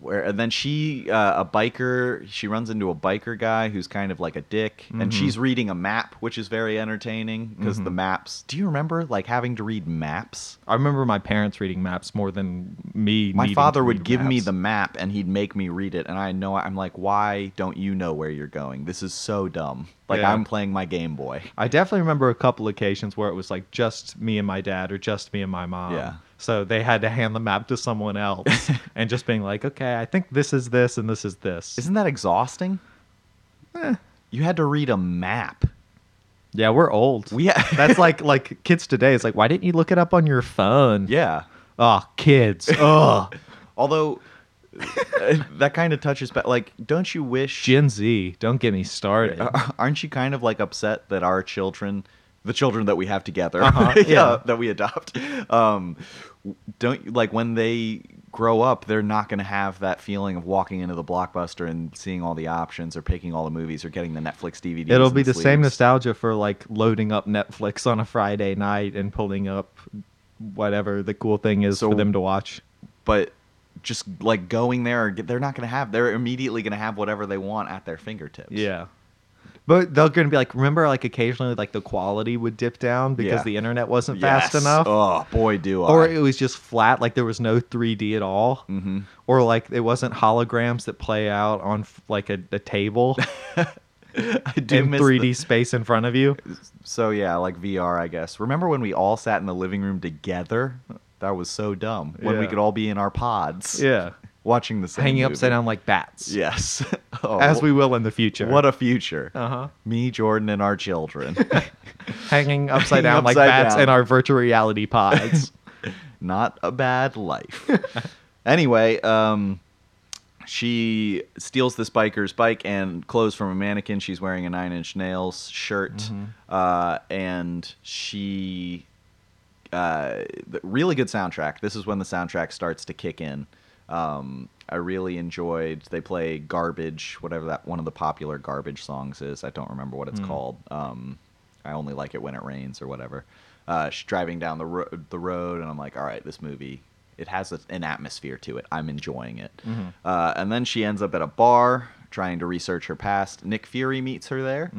where and then she uh, a biker she runs into a biker guy who's kind of like a dick Mm-hmm. and she's reading a map which is very entertaining because the maps do you remember like having to read maps I remember my parents reading maps more than me. my needing father to would read give me maps. the map and he'd make me read it and i know i'm like why don't you know where you're going this is so dumb like Yeah. i'm playing my game boy I definitely remember a couple occasions where it was like just me and my dad or just me and my mom. Yeah. So they had to hand the map to someone else and just being like, okay, I think this is this and this is this. Eh, Isn't that exhausting? You had to read a map. Yeah, we're old. We ha- That's like like kids today. It's like, why didn't you look it up on your phone? Yeah. Oh, kids. Ugh. Although uh, that kind of touches back. Like, don't you wish? Gen Z. Don't get me started. uh, Aren't you kind of like upset that our children, the children that we have together, Uh-huh, yeah, yeah. that we adopt, um, don't you- like when they grow up, they're not going to have that feeling of walking into the blockbuster and seeing all the options or picking all the movies or getting the Netflix DVD. It'll be the same nostalgia for like loading up Netflix on a Friday night and pulling up whatever the cool thing is So- for them to watch. but just like going there, they're not going to have. They're immediately going to have whatever they want at their fingertips. Yeah. But they're going to be like, remember, like occasionally, like the quality would dip down because Yeah. the internet wasn't fast Yes. enough, Oh boy, do I! or it was just flat, like there was no 3D at all, hmm or like it wasn't holograms that play out on f- like a, a table I do in miss 3D the- space in front of you. So yeah, like VR, I guess. Remember when we all sat in the living room together? That was so dumb. When we Yeah. could all be in our pods, Yeah, watching the same hanging movie. upside down like bats. Yes. Oh, as wh- we will in the future. What a future. uh huh. Me, Jordan, and our children. hanging upside Hanging down like upside bats down. in our virtual reality pods. Not a bad life. anyway, um, she steals this biker's bike and clothes from a mannequin. She's wearing a nine inch nails shirt. Uh, and she. Uh, th- really good soundtrack. This is when the soundtrack starts to kick in. Um, I really enjoyed. They play Garbage, whatever that one of the popular Garbage songs is. I don't remember what it's called. Um, I only like it when it rains or whatever. Uh, she's driving down the, ro- the road, and I'm like, all right, this movie, it has a, an atmosphere to it. I'm enjoying it. Uh, and then she ends up at a bar trying to research her past. Nick Fury meets her there,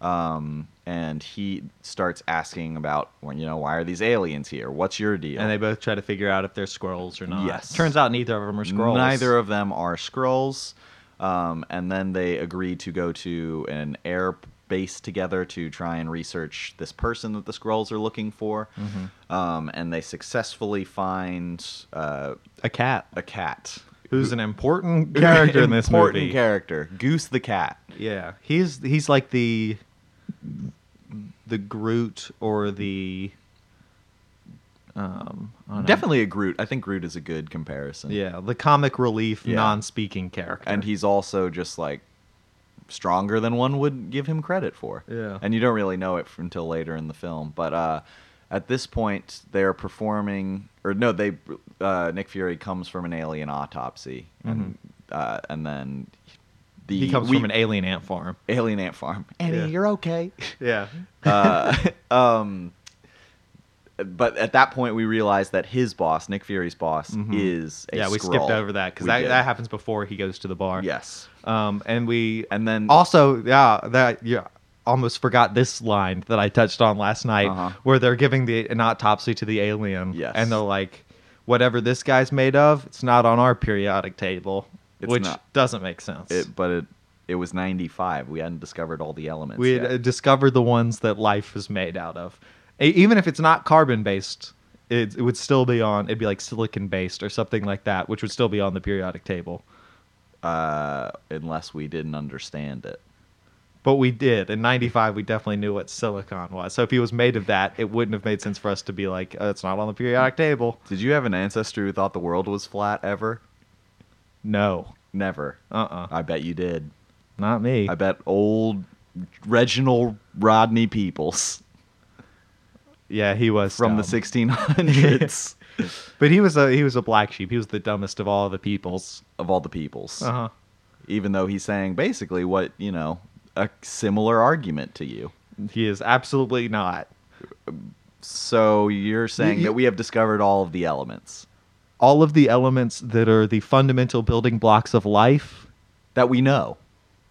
um, and he starts asking about, well, you know, why are these aliens here? What's your deal? and they both try to figure out if they're squirrels or not. Yes. Turns out neither of them are squirrels. Neither of them are scrolls. Um, and then they agree to go to an air base together to try and research this person that the scrolls are looking for. Um, and they successfully find uh, a cat. a cat. Who's an important character in this Important movie? character. Goose the cat. Yeah, he's he's like the the Groot or the um I don't know. Definitely a Groot. I think Groot is a good comparison. yeah the comic relief Yeah. non-speaking character. And he's also just like stronger than one would give him credit for. Yeah. And you don't really know it f- until later in the film. But uh, at this point, they're performing, or no, they uh, Nick Fury comes from an alien autopsy, and uh, and then the Mm-hmm. he comes we- from an alien ant farm. alien ant farm. Annie, Yeah. you're okay. Yeah, but at that point, we realize that his boss, Nick Fury's boss, Mhm. is a yeah. We Skrull. skipped over that because We that, did. that happens before he goes to the bar. Yes, Um, and we and then also yeah that yeah almost forgot this line that I touched on last night Uh-huh. where they're giving the an autopsy to the alien. Yes. And they're like, whatever this guy's made of, it's not on our periodic table. It's which not. doesn't make sense. it, but it it was ninety five. We hadn't discovered all the elements. we had yet. uh, discovered the ones that life is made out of. E- even if it's not carbon based, it, it would still be on. It'd be like silicon based or something like that, which would still be on the periodic table. uh, unless we didn't understand it. But we did. In 95, we definitely knew what silicon was. So if he was made of that, it wouldn't have made sense for us to be like, oh, it's not on the periodic table. Did you have an ancestor who thought the world was flat ever? No. Never. Uh uh I bet you did. Not me. I bet old Reginald Rodney Peoples yeah, he was. from the dumb. 1600s But he was, a, he was a black sheep. He was the dumbest of all the peoples. of all the peoples. Uh huh. Even though he's saying basically what, you know, a similar argument to you. He is absolutely not. So you're saying you- that we have discovered all of the elements All of the elements that are the fundamental building blocks of life, that we know.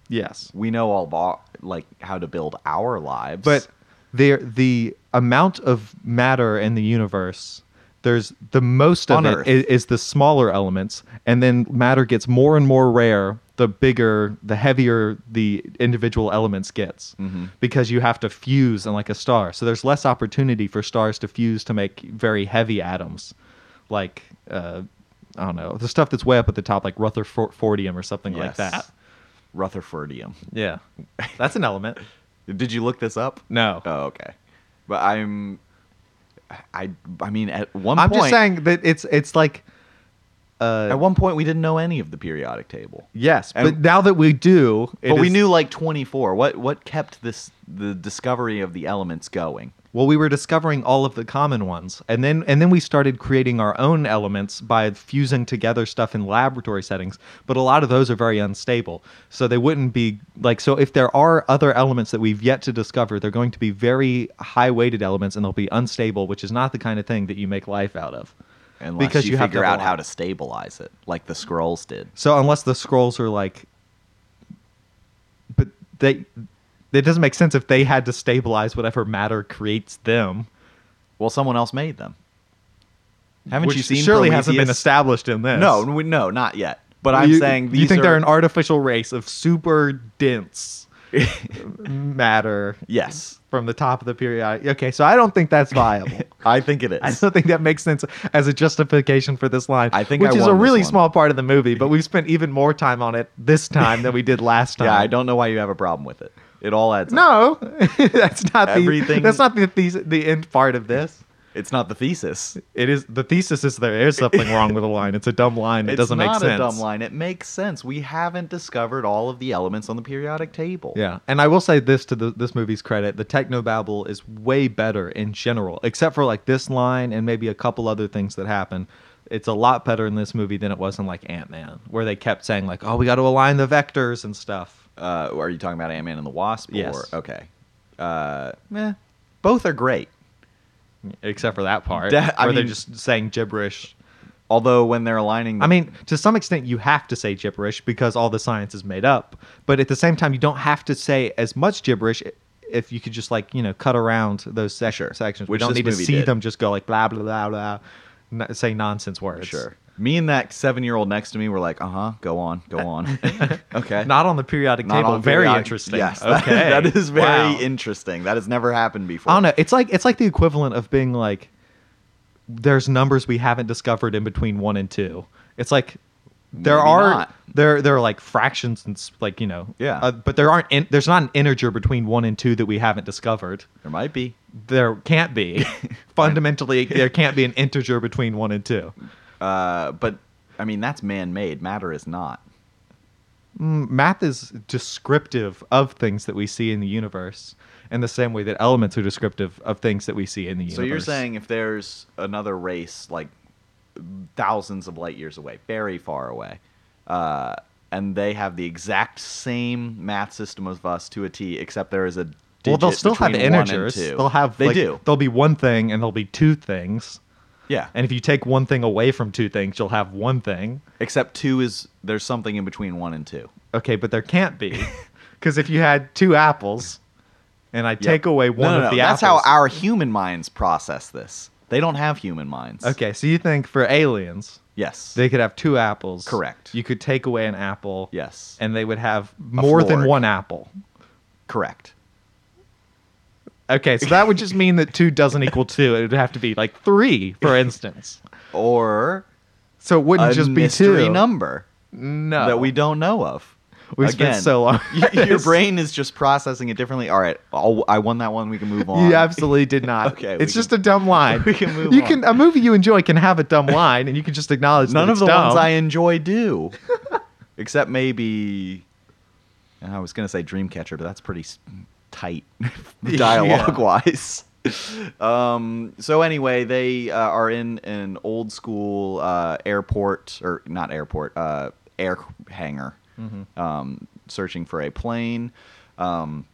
yes. We know all about like how to build our lives. But there, the amount of matter in the universe, there's the most of On it i- Earth. is, the smaller elements, and then matter gets more and more rare. The bigger, the heavier the individual elements gets, Mm-hmm. because you have to fuse in like a star. So there's less opportunity for stars to fuse to make very heavy atoms, like uh, I don't know the stuff that's way up at the top, like rutherfordium or something like Yes. that. Rutherfordium. Yeah, that's an element. Did you look this up? No. Oh, okay. But I'm, I, I mean, at one I'm point, just saying that it's it's like uh at one point we didn't know any of the periodic table. yes, and- but now that we do, it but we is- knew like 24. What what kept this the discovery of the elements going? well we were discovering all of the common ones. And then and then we started creating our own elements by fusing together stuff in laboratory settings, but a lot of those are very unstable. So they wouldn't be like so if there are other elements that we've yet to discover, they're going to be very high weighted elements and they'll be unstable, which is not the kind of thing that you make life out of. Unless Because you, you have figure to have out a how lot. to stabilize it, like the scrolls did. So unless the scrolls are like, but they, it doesn't make sense if they had to stabilize whatever matter creates them. Well, someone else made them. Haven't which you seen? surely hasn't been Prometheus? established in this. No, we- no, not yet. But I'm You- saying these you think are, they're an artificial race of super dense matter yes. from the top of the periodic. Okay, so I don't think that's viable. I think it is. I don't think that makes sense as a justification for this line. I think which I is won a this really one. small part of the movie, but we've spent even more time on it this time than we did last time. yeah, I don't know why you have a problem with it. It all adds. up. No, that's not Everything- the that's not the thesis, the end part of this. It's not the thesis. It is the thesis is there is something wrong with a line. It's a dumb line. It it's doesn't make not sense. a dumb line. It makes sense. We haven't discovered all of the elements on the periodic table. Yeah, and I will say this to the, this movie's credit: the technobabble is way better in general, except for like this line and maybe a couple other things that happen. It's a lot better in this movie than it was in like Ant Man, where they kept saying like, "Oh, we got to align the vectors and stuff." Uh, are you talking about Ant Man and the Wasp? Yes. Or, okay. Uh, meh. Both are great. Except for that part, That- I where they're mean- just saying gibberish. Although when they're aligning, I mean, to some extent, you have to say gibberish because all the science is made up. But at the same time, you don't have to say as much gibberish i- if you could just like you know cut around those sec- Sure. sections. we Which don't this need to movie see did. them just go like blah blah blah blah, n- say nonsense words. sure. Me and that seven-year-old next to me were like, "Uh huh, go on, go on." okay. Not on the periodic Not table. on very periodic- interesting. Yes. Okay. that is very Wow. interesting. That has never happened before. I don't know. It's like it's like the equivalent of being like, there's numbers we haven't discovered in between one and two. It's like there Maybe are not. there there are like fractions and s- like you know Yeah. uh, but there aren't in, there's not an integer between one and two that we haven't discovered. There might be. There can't be fundamentally there can't be an integer between one and two. Uh, but I mean, that's man-made. Matter is not. Mm, Math is descriptive of things that we see in the universe, in the same way that elements are descriptive of things that we see in the universe. So you're saying if there's another race like thousands of light years away, very far away, uh, and they have the exact same math system as us to a T, except there is a digit well, they'll still have between one and integers. two. They'll have they like, do. There'll be one thing and there'll be two things. Yeah, And if you take one thing away from two things, you'll have one thing. except two is there's something in between one and two. Okay, but there can't be because if you had two apples, and I take away No, one no, of no. the That's apples. how our human minds process this. They don't have human minds. Okay, so you think for aliens Yes. they could have two apples? Correct. You could take away an apple. yes. And they would have more than fork. one apple. Correct. Okay, so that would just mean that two doesn't equal two. It would have to be like three, for instance. Or So it wouldn't a just be mystery two. number. no, that we don't know of. We've spent so long- y- your brain is just processing it differently. All right, I'll, I won that one. We can move on. You absolutely did not. Okay, we it's can- just a dumb line. we can move You on. can a movie you enjoy can have a dumb line, and you can just acknowledge None that of it's the ones dumb. I enjoy do, except maybe. and I was gonna say Dreamcatcher, but that's pretty s- tight Yeah. dialogue wise. um. So anyway, they uh, are in an old school uh, airport or not airport uh, air hangar, um, searching for a plane. Um,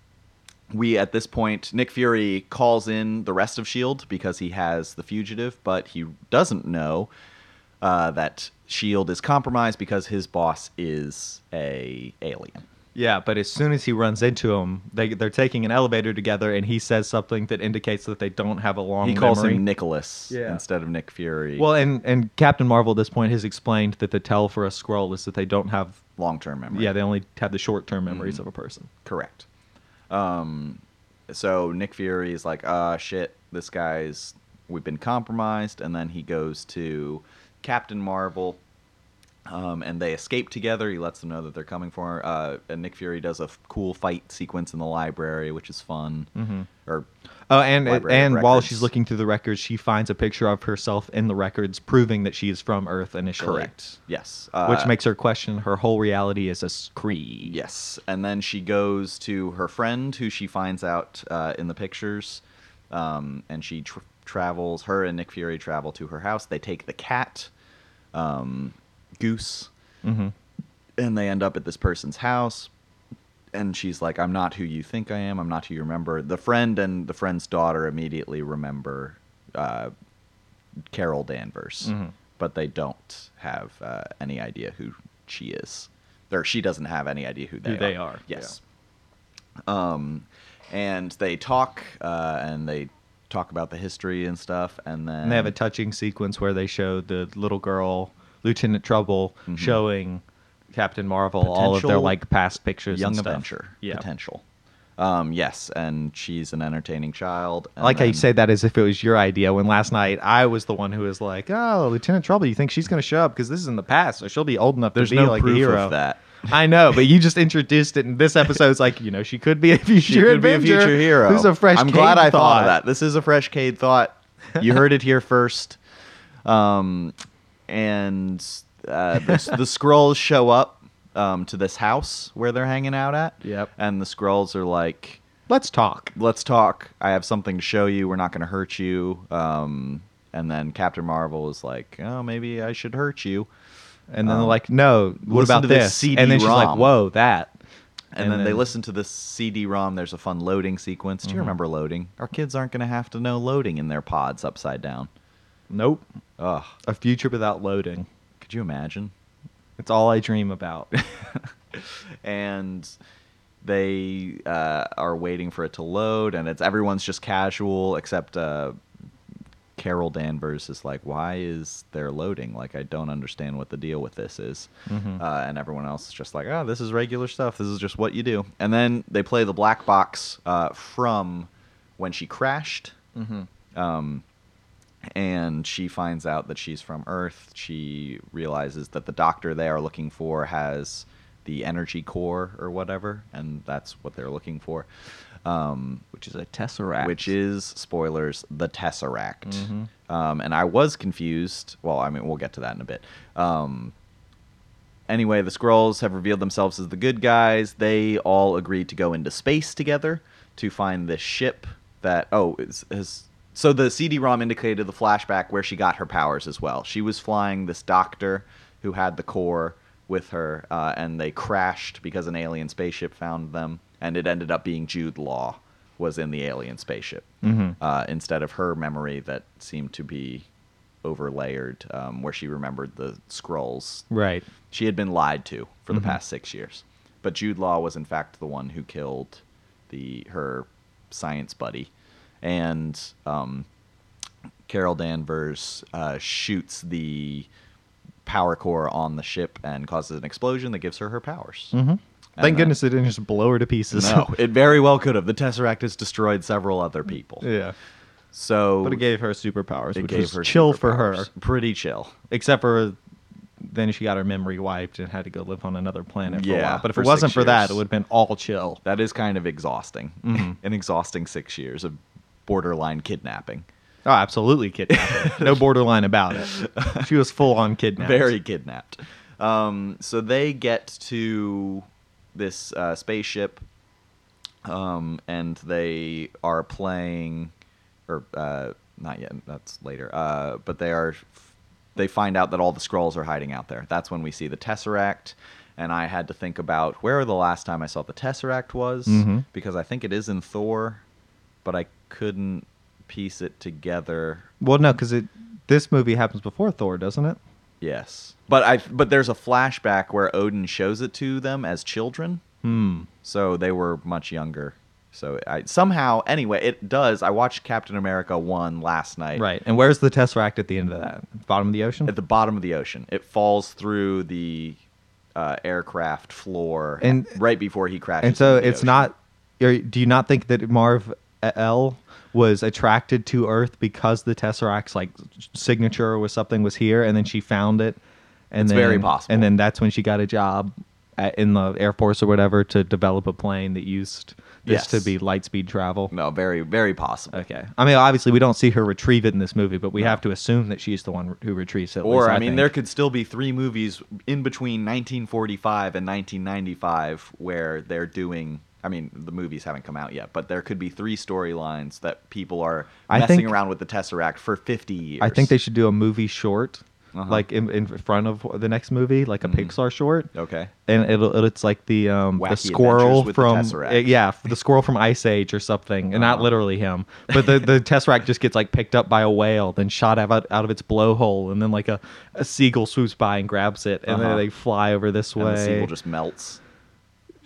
we at this point Nick Fury calls in the rest of Shield E because he has the fugitive, but he doesn't know uh, that Shield is compromised because his boss is a alien. Yeah, but as soon as he runs into him, they they're taking an elevator together, and he says something that indicates that they don't have a long He calls memory. him Nicholas Yeah. instead of Nick Fury. Well, and and Captain Marvel at this point has explained that the tell for a scroll is that they don't have. long-term memory. Yeah, they only have the short-term memories of a person. correct. Um, so Nick Fury is like, "Ah, shit, this guy's we've been compromised," and then he goes to Captain Marvel um, and they escape together. He lets them know that they're coming for. her. Uh, and Nick Fury does a f- cool fight sequence in the library, which is fun. Mm-hmm. Or Oh, and and Library of while records. she's looking through the records, she finds a picture of herself in the records, proving that she is from Earth initially. correct, yes, uh, Which makes her question her whole reality is a scree. yes. And then she goes to her friend, who she finds out uh, in the pictures, um, and she tr- travels. Her and Nick Fury travel to her house. They take the cat, um, Goose, Mm-hmm. and they end up at this person's house and she's like i'm not who you think i am i'm not who you remember the friend and the friend's daughter immediately remember uh, carol danvers Mhm. but they don't have uh, any idea who she is or she doesn't have any idea who they, Who are. they are, yes um, and they talk uh, and they talk about the history and stuff and then And they have a touching sequence where they show the little girl, Lieutenant Trouble, showing Captain Marvel all of their Mm-hmm. Potential like past pictures young and stuff. adventure Yeah. potential um, yes and she's an entertaining child I and like how you then- say that as if it was your idea. When last night I was the one who was like, "Oh, Lieutenant Trouble, you think she's going to show up because this is in the past, so she'll be old enough There's to be no like proof a hero." of that. I know, but you just introduced it, and this episode's like, you know, she could be a future She could be a Avenger. future hero. This is a fresh. I'm Cade glad I thought thought. of that. This is a fresh Cade thought. You heard it here first. Um, and uh, the, the scrolls show up um, to this house where they're hanging out at. Yep. And the scrolls are like, Let's talk. "Let's talk. I have something to show you. We're not going to hurt you." Um, and then Captain Marvel is like, "Oh, maybe I should hurt you." And then they're Um, like, no, what listen about to this Oh. this? and then she's like, CD-ROM. whoa, that. and, then, Mm-hmm. they listen to this CD-ROM. There's a fun loading sequence. Do you remember loading? Our kids aren't going to have to know loading in their pods upside down. Nope, Ugh, a future without loading. could you imagine? It's all I dream about. And they uh, are waiting for it to load, and it's everyone's just casual except uh, Carol Danvers is like, "Why is there loading? Like, I don't understand what the deal with this is." Uh, and everyone else is just like, "Oh, this is regular stuff. This is just what you do." And then they play the black box uh, from when she crashed. mm-hmm. Um, and she finds out that she's from Earth. She realizes that the doctor they are looking for has the energy core or whatever, and that's what they're looking for. Um, Which is a tesseract. which is spoilers the tesseract Mhm. um, and i was confused well i mean we'll get to that in a bit um, anyway the scrolls have revealed themselves as the good guys they all agreed to go into space together to find this ship that oh is, is so the cd-rom indicated the flashback where she got her powers as well she was flying this doctor who had the core with her uh, and they crashed because an alien spaceship found them and it ended up being jude law was in the alien spaceship Mhm. uh, instead of her memory that seemed to be overlayered, um, where she remembered the scrolls. right. She had been lied to for the Mm-hmm. past six years, but Jude Law was in fact the one who killed the her science buddy, and um, Carol Danvers uh, shoots the power core on the ship and causes an explosion that gives her her powers. Mm-hmm. And Thank then- goodness it didn't just blow her to pieces. No, it very well could have. The Tesseract has destroyed several other people. yeah. So But it gave her superpowers, it which gave was her chill for her. superpowers. Pretty chill. Except for then she got her memory wiped and had to go live on another planet for a Yeah, while. But if for it wasn't six for that, years. it would have been all chill. That is kind of exhausting. Mhm. An exhausting six years of borderline kidnapping. Oh, absolutely kidnapped. no borderline about it. She was full on kidnapped. Very kidnapped. Um, so they get to this uh, spaceship, um, and they are playing, or uh, not yet. That's later. Uh, but they are. They find out that all the scrolls are hiding out there. That's when we see the tesseract. And I had to think about where the last time I saw the tesseract was Mhm. because I think it is in Thor, but I couldn't piece it together Well, no, because it this movie happens before Thor, doesn't it? Yes, but I but there's a flashback where Odin shows it to them as children, Hmm. so they were much younger. So I somehow anyway it does. I watched Captain America one last night. Right. And where's the tesseract at the end of that? Bottom of the ocean. at the bottom of the ocean, it falls through the uh, aircraft floor And- right before he crashes. and so into the it's ocean. not. or Do you not think that Marv L was attracted to Earth because the tesseract's like signature was something was here, and then she found it, And It's then, very possible. And then that's when she got a job at, in the Air Force or whatever to develop a plane that used this Yes. to be light speed travel. No, very, very possible. Okay. I mean, obviously, we don't see her retrieve it in this movie, but we have to assume that she's the one who retrieves it. at Or least I mean, think. there could still be three movies in between 1945 and 1995 where they're doing. I mean, the movies haven't come out yet, but there could be three storylines that people are I messing think- around with the Tesseract for 50 years. I think they should do a movie short, Uh-huh. Mm. like in, in front of the next movie, like a Pixar short. Okay. And it'll, it'll- it's like the um Wacky the Adventures squirrel with the from Tesseract. eh, yeah the squirrel from Ice Age or something, and not Uh-huh. literally him, but the the tesseract just gets like picked up by a whale, then shot out out of its blowhole, and then like a, a seagull swoops by and grabs it, and Uh-huh. then they fly over this way. And the sequel just melts.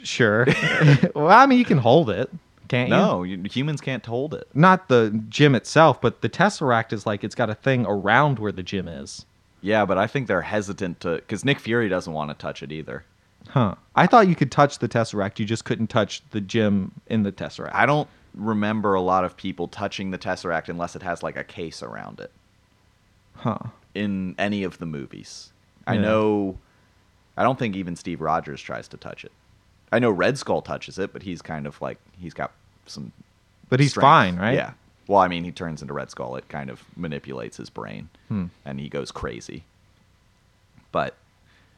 Sure. well, I mean, you can hold it, can't you? No, you, humans can't hold it. Not the gym itself, but the tesseract is like it's got a thing around where the gym is. Yeah, but I think they're hesitant to because Nick Fury doesn't want to touch it either. Huh. I thought you could touch the tesseract. You just couldn't touch the gym in the tesseract. I don't remember a lot of people touching the Tesseract unless it has like a case around it. Huh. in any of the movies. I Yeah. know. I don't think even Steve Rogers tries to touch it. I know Red Skull touches it, but he's kind of like he's got some. But he's strength. fine, right? Yeah. Well, I mean, he turns into Red Skull. It kind of manipulates his brain, Hmm. and he goes crazy. But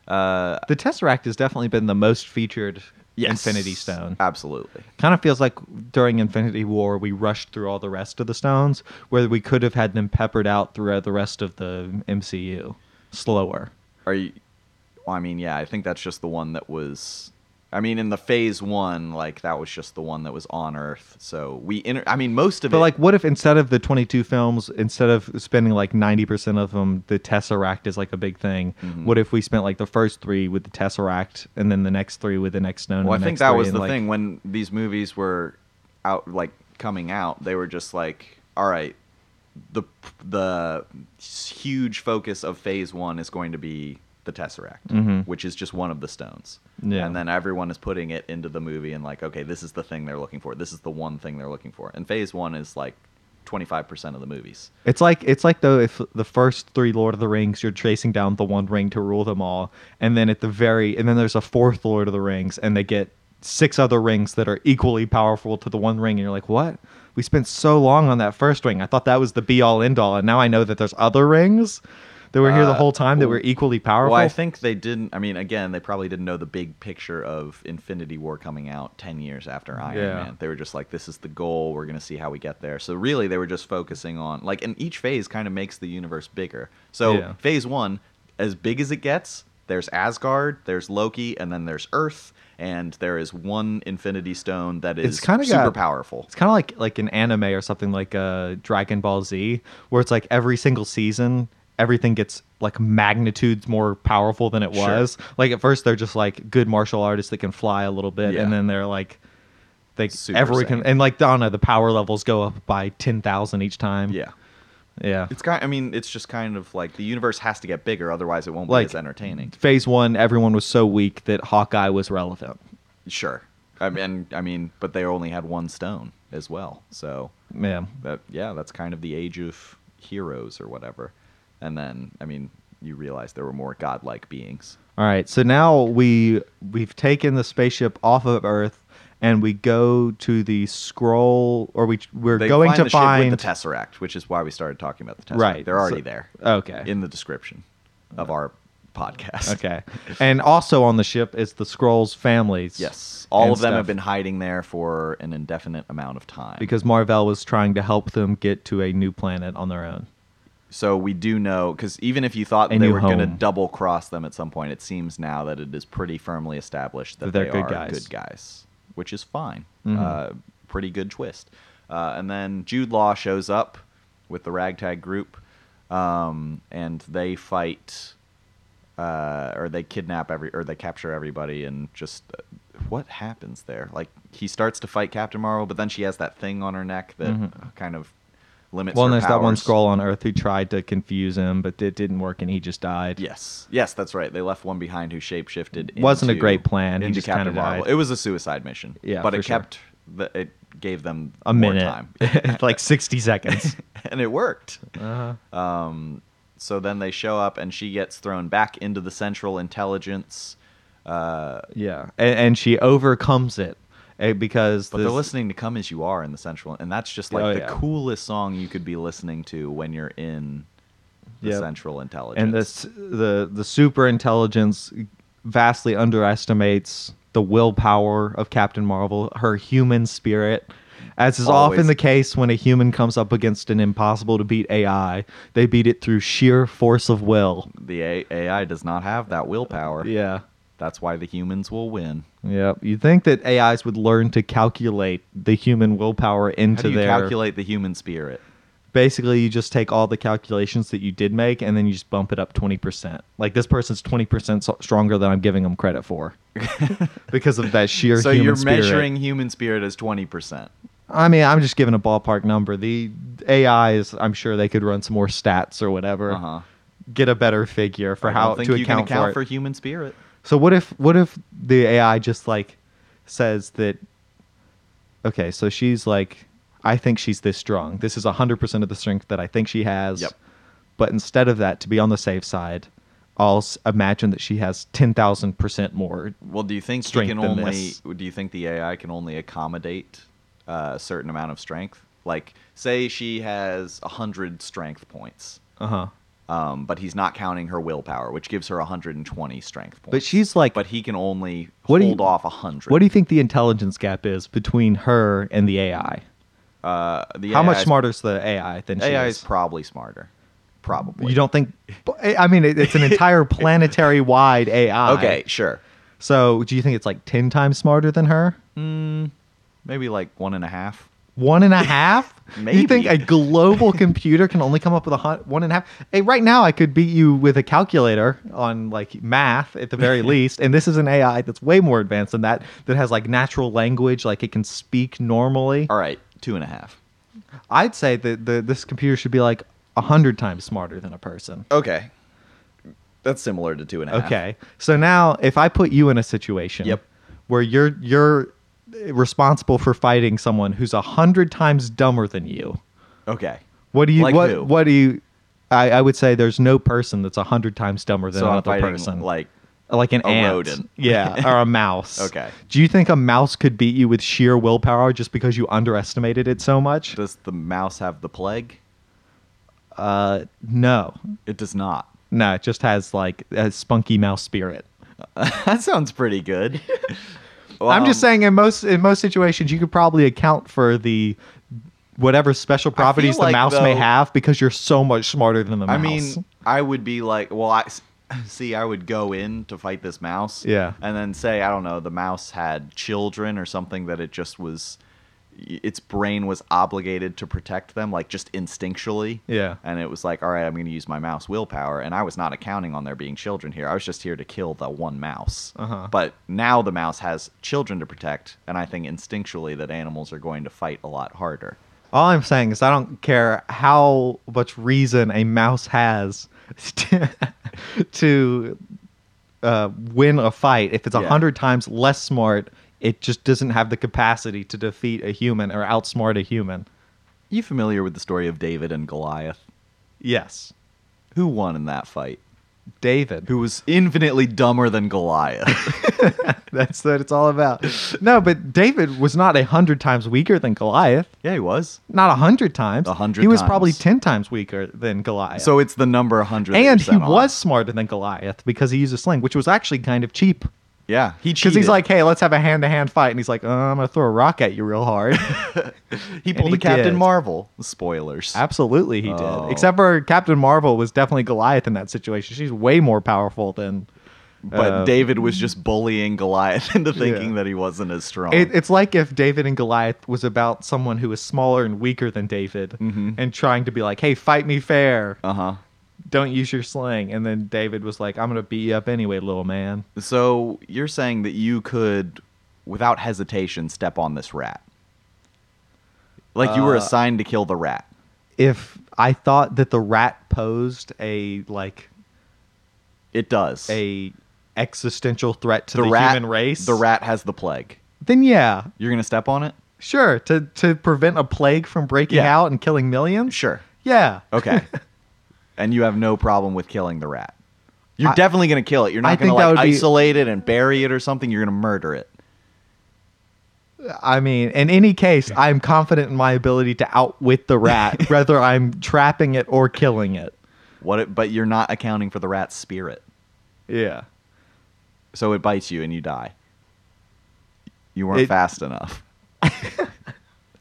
The tesseract has definitely been the most featured yes, Infinity Stone. absolutely. Kind of feels like during Infinity War we rushed through all the rest of the stones, where we could have had them peppered out throughout the rest of the MCU slower. Are you? Well, I mean, yeah, I think that's just the one that was. I mean, in the Phase One, like that was just the one that was on Earth. So we, inter- I mean, most of But it. like, what if instead of the twenty-two films, instead of spending like ninety percent of them, the Tesseract is like a big thing. Mm-hmm. What if we spent like the first three with the Tesseract, and then the next three with the next stone? and Well, I the think next that three, was and, the like- thing when these movies were out, like coming out, they were just like, all right, the the huge focus of Phase One is going to be the Tesseract, Mhm. which is just one of the stones. Yeah. And then everyone is putting it into the movie and like, okay, this is the thing they're looking for. This is the one thing they're looking for. And Phase One is like twenty five percent of the movies. It's like it's like though if the first three Lord of the Rings, you're tracing down the one ring to rule them all, and then at the very and then there's a fourth Lord of the Rings, and they get six other rings that are equally powerful to the one ring, and you're like, what? We spent so long on that first ring. I thought that was the be all end all, and now I know that there's other rings that were here the Uh, whole time that were equally powerful. Well, I think they didn't. I mean, again, they probably didn't know the big picture of Infinity War coming out 10 years after Iron Yeah. Man. They were just like, this is the goal. We're going to see how we get there. So, really, they were just focusing on, like, and each phase kind of makes the universe bigger. So, Yeah. phase one, as big as it gets, there's Asgard, there's Loki, and then there's Earth, and there is one Infinity Stone that It's is kinda super got- powerful. It's kind of like like an anime or something like uh, Dragon Ball Z, where it's like every single season, everything gets like magnitudes more powerful than it Sure. was. Like at first, they're just like good martial artists that can fly a little bit, Yeah. and then they're like they Super everyone can Saiyan. and like I don't know, the power levels go up by ten thousand each time. Yeah. yeah. It's kind. I mean, it's just kind of like the universe has to get bigger, otherwise it won't be Like- as entertaining. Phase one, everyone was so weak that Hawkeye was relevant. Sure. I mean, I mean, but they only had one stone as well. So Yeah, that yeah, that's kind of the age of heroes or whatever. And then I mean, you realize there were more godlike beings. All right, so now we we've taken the spaceship off of Earth, and we go to the scroll, or we we're They going find to the ship find with the tesseract, which is why we started talking about the tesseract. Right, They're already so- there. okay. In the description of our podcast. okay, and also on the ship is the scrolls' families. Yes, all and of them stuff, have been hiding there for an indefinite amount of time. because Marvell was trying to help them get to a new planet on their own. So we do know because even if you thought A they new were going to home. double cross them at some point, it seems now that it is pretty firmly established that That they're they good are guys. good guys, which is fine. Mhm. Uh, pretty good twist. Uh, and then Jude Law shows up with the ragtag group, um, and they fight, uh, or they kidnap every, or they capture everybody, and just uh, what happens there? Like he starts to fight Captain Marvel, but then she has that thing on her neck that Mhm. kind of limits. well, and her there's that one powers. scroll on Earth who tried to confuse him, but it didn't work, and he just died. Yes, yes, that's right. They left one behind who shapeshifted. Wasn't a into- great plan. He into just Captain kinda died. Marvel. It was a suicide mission. Yeah, but for it sure. kept. The, it gave them a more minute, time, like sixty seconds. and it worked. uh-huh. So then they show up, and she gets thrown back into the Central Intelligence. Uh, Yeah, and, and she overcomes it eh, because but this, they're listening to "Come as You Are" in the Central, and that's just like Oh, the yeah. coolest song you could be listening to when you're in the Yep. Central Intelligence. and this the the super intelligence vastly underestimates the willpower of Captain Marvel, her human spirit. As is Always. often the case when a human comes up against an impossible to beat AI, they beat it through sheer force of will. the A- AI does not have that willpower. Yeah. That's why the humans will win. Yep. You'd think that AIs would learn to calculate the human willpower How into do you their calculate the human spirit? basically you just take all the calculations that you did make and then you just bump it up 20%. Like this person's 20% so- stronger than I'm giving them credit for. because of that sheer so human you're spirit. measuring human spirit as 20%. I mean, I'm just giving a ballpark number. The AIs, I'm sure they could run some more stats or whatever. Uh-huh. Get a better figure for I how don't think to you can account, account for, for, it. human spirit. So what if what if the AI just like says that okay, so she's like I think she's this strong. This is 100% of the strength that I think she has. Yep. But instead of that to be on the safe side, I'll s- imagine that she has 10,000% more. Well, do you think he Strength can in only this. do you think the AI can only accommodate uh, a certain amount of strength? Like say she has 100 strength points. Uh-huh. Um, but he's not counting her willpower, which gives her 120 strength points. But she's like but he can only What do you- hold off 100. What do you think the intelligence gap is between her and the AI? uh, the How much AI 's smarter is the AI than she AI is? is probably smarter. Probably. you don't think? I mean, it- it's an entire planetary-wide AI. Okay, sure. So, do you think it's like ten times smarter than her? Maybe like one and a half. One and a half? Maybe. You think a global computer can only come up with a hun- one and a half? Hey, right now I could beat you with a calculator on like math at the very least, and this is an AI that's way more advanced than that. That has like natural language, like it can speak normally. All right, two and a half. I'd say that the, this computer should be like a hundred times smarter than a person. Okay. That's similar to two and a half. Okay. So now if I put you in a situation Yep. where you're you're responsible for fighting someone who's a hundred times dumber than you, Okay. what do you Like what who? what do you I, I would say there's no person that's a hundred times dumber than So I'm another fighting person. like like an a ant. rodent. Yeah. Or a mouse. Okay. Do you think a mouse could beat you with sheer willpower just because you underestimated it so much? does the mouse have the plague? Uh no. It does not. No, it just has like a spunky mouse spirit. that sounds pretty good. I'm just Um, saying, in most in most situations, you could probably account for the whatever special properties the like, mouse may though- have because you're so much smarter than the mouse. I mean, I would be like, well, I see. I would go in to fight this mouse. Yeah. And then say, I don't know, the mouse had children or something that it just was, its brain was obligated to protect them, like just instinctually. Yeah. And it was like, all right, I'm going to use my mouse willpower, and I was not accounting on there being children here. I was just here to kill the one mouse. Uh-huh. But now the mouse has children to protect, and I think instinctually that animals are going to fight a lot harder. all I'm saying is I don't care how much reason a mouse has to, to uh, win a fight. If it's a Yeah. hundred times less smart, it just doesn't have the capacity to defeat a human or outsmart a human. You familiar with the story of David and Goliath? Yes, Who won in that fight? David. who was infinitely dumber than Goliath. That's what it's all about. No, but David was not a hundred times weaker than Goliath. yeah, he was. Not a hundred times. A hundred He was times. probably ten times weaker than Goliath. So it's the number 100. that and you're "Oh, he set on. was smarter than Goliath because he used a sling, which was actually kind of cheap. Yeah, he Because cheated. he's like, hey, let's have a hand to hand fight, and he's like, uh, I'm gonna throw a rock at you real hard. he pulled and he a Captain did. Marvel. Spoilers. Absolutely, he Oh. did. Except for Captain Marvel was definitely Goliath in that situation. She's way more powerful than. but uh, David was just bullying Goliath into thinking Yeah. that he wasn't as strong. It, it's like if David and Goliath was about someone who is smaller and weaker than David Mm-hmm. and trying to be like, hey, fight me fair. uh huh. Don't use your sling. And then David was like, I'm going to beat you up anyway, little man. So you're saying that you could, without hesitation, step on this rat. Like you were Uh, assigned to kill the rat. If I thought that the rat posed a, like, It does. a existential threat to the, rat human race, The rat has the plague. then yeah, You're gonna step on it? sure. To, to prevent a plague from breaking Yeah. out and killing millions? Sure. Yeah. Okay. and you have no problem with killing the rat. You're I- definitely going to kill it. You're I not going to think that like would be- isolate it and bury it or something. You're going to murder it. I mean, in any case, I'm confident in my ability to outwit the rat, whether I'm trapping it or killing it. What? It, but you're not accounting for the rat's spirit. Yeah. So it bites you and you die. You weren't It- fast enough.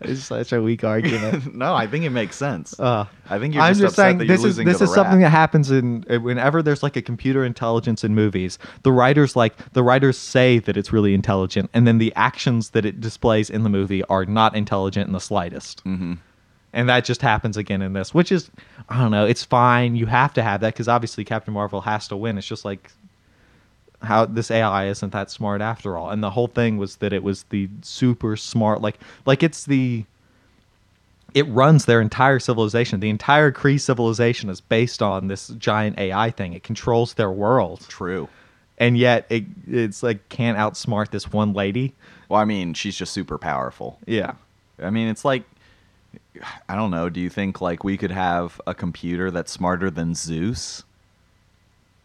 It's such a weak argument. no, I think it makes sense. Uh, I think you're I'm just, just upset saying that you're this is losing to this the is something rat. that happens in uh, whenever there's like a computer intelligence in movies. The writers like the writers say that it's really intelligent, and then the actions that it displays in the movie are not intelligent in the slightest. Mm-hmm. And that just happens again in this, which is I don't know. It's fine. You have to have that because obviously Captain Marvel has to win. It's just like how this AI isn't that smart after all. And the whole thing was that it was the super smart like like it's the it runs their entire civilization. The entire Kree civilization is based on this giant AI thing. It controls their world. True. And yet it it's like can't outsmart this one lady. Well, I mean, she's just super powerful. Yeah. I mean, it's like I don't know. Do you think like we could have a computer that's smarter than Zeus?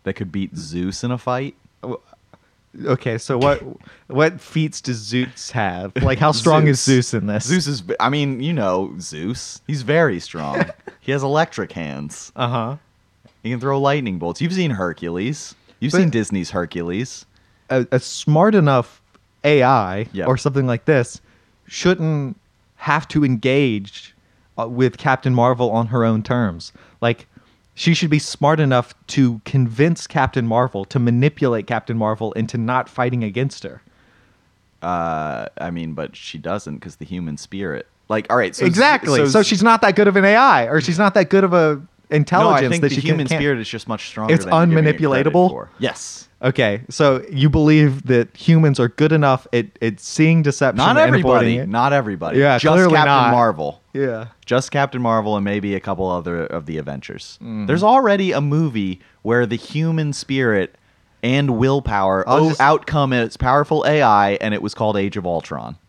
That could beat Zeus in a fight? Okay, so what what feats does Zeus have? Like how strong is Zeus. Zeus in this? Zeus is I mean, you know, Zeus. He's very strong. he has electric hands. Uh-huh. He can throw lightning bolts. You've seen Hercules. You've But- seen Disney's Hercules. a, a smart enough AI Yeah. or something like this shouldn't have to engage uh, with Captain Marvel on her own terms. Like, she should be smart enough to convince Captain Marvel to manipulate Captain Marvel into not fighting against her. Uh, I mean, but she doesn't because the human spirit. Like, all right, so exactly. So, she's not that good of an AI, or she's not that good of a no, intelligence I think that the she human can, spirit is just much stronger. It's than you're giving it credit unmanipulatable? for. Yes, Okay, so you believe that humans are good enough at, at seeing deception? not and avoiding everybody. it? Not everybody. Yeah, just clearly Captain not. Marvel. Yeah. Just Captain Marvel and maybe a couple other of the Avengers. Mm. There's already a movie where the human spirit and willpower I'll o- just- outcome its powerful AI, and it was called Age of Ultron.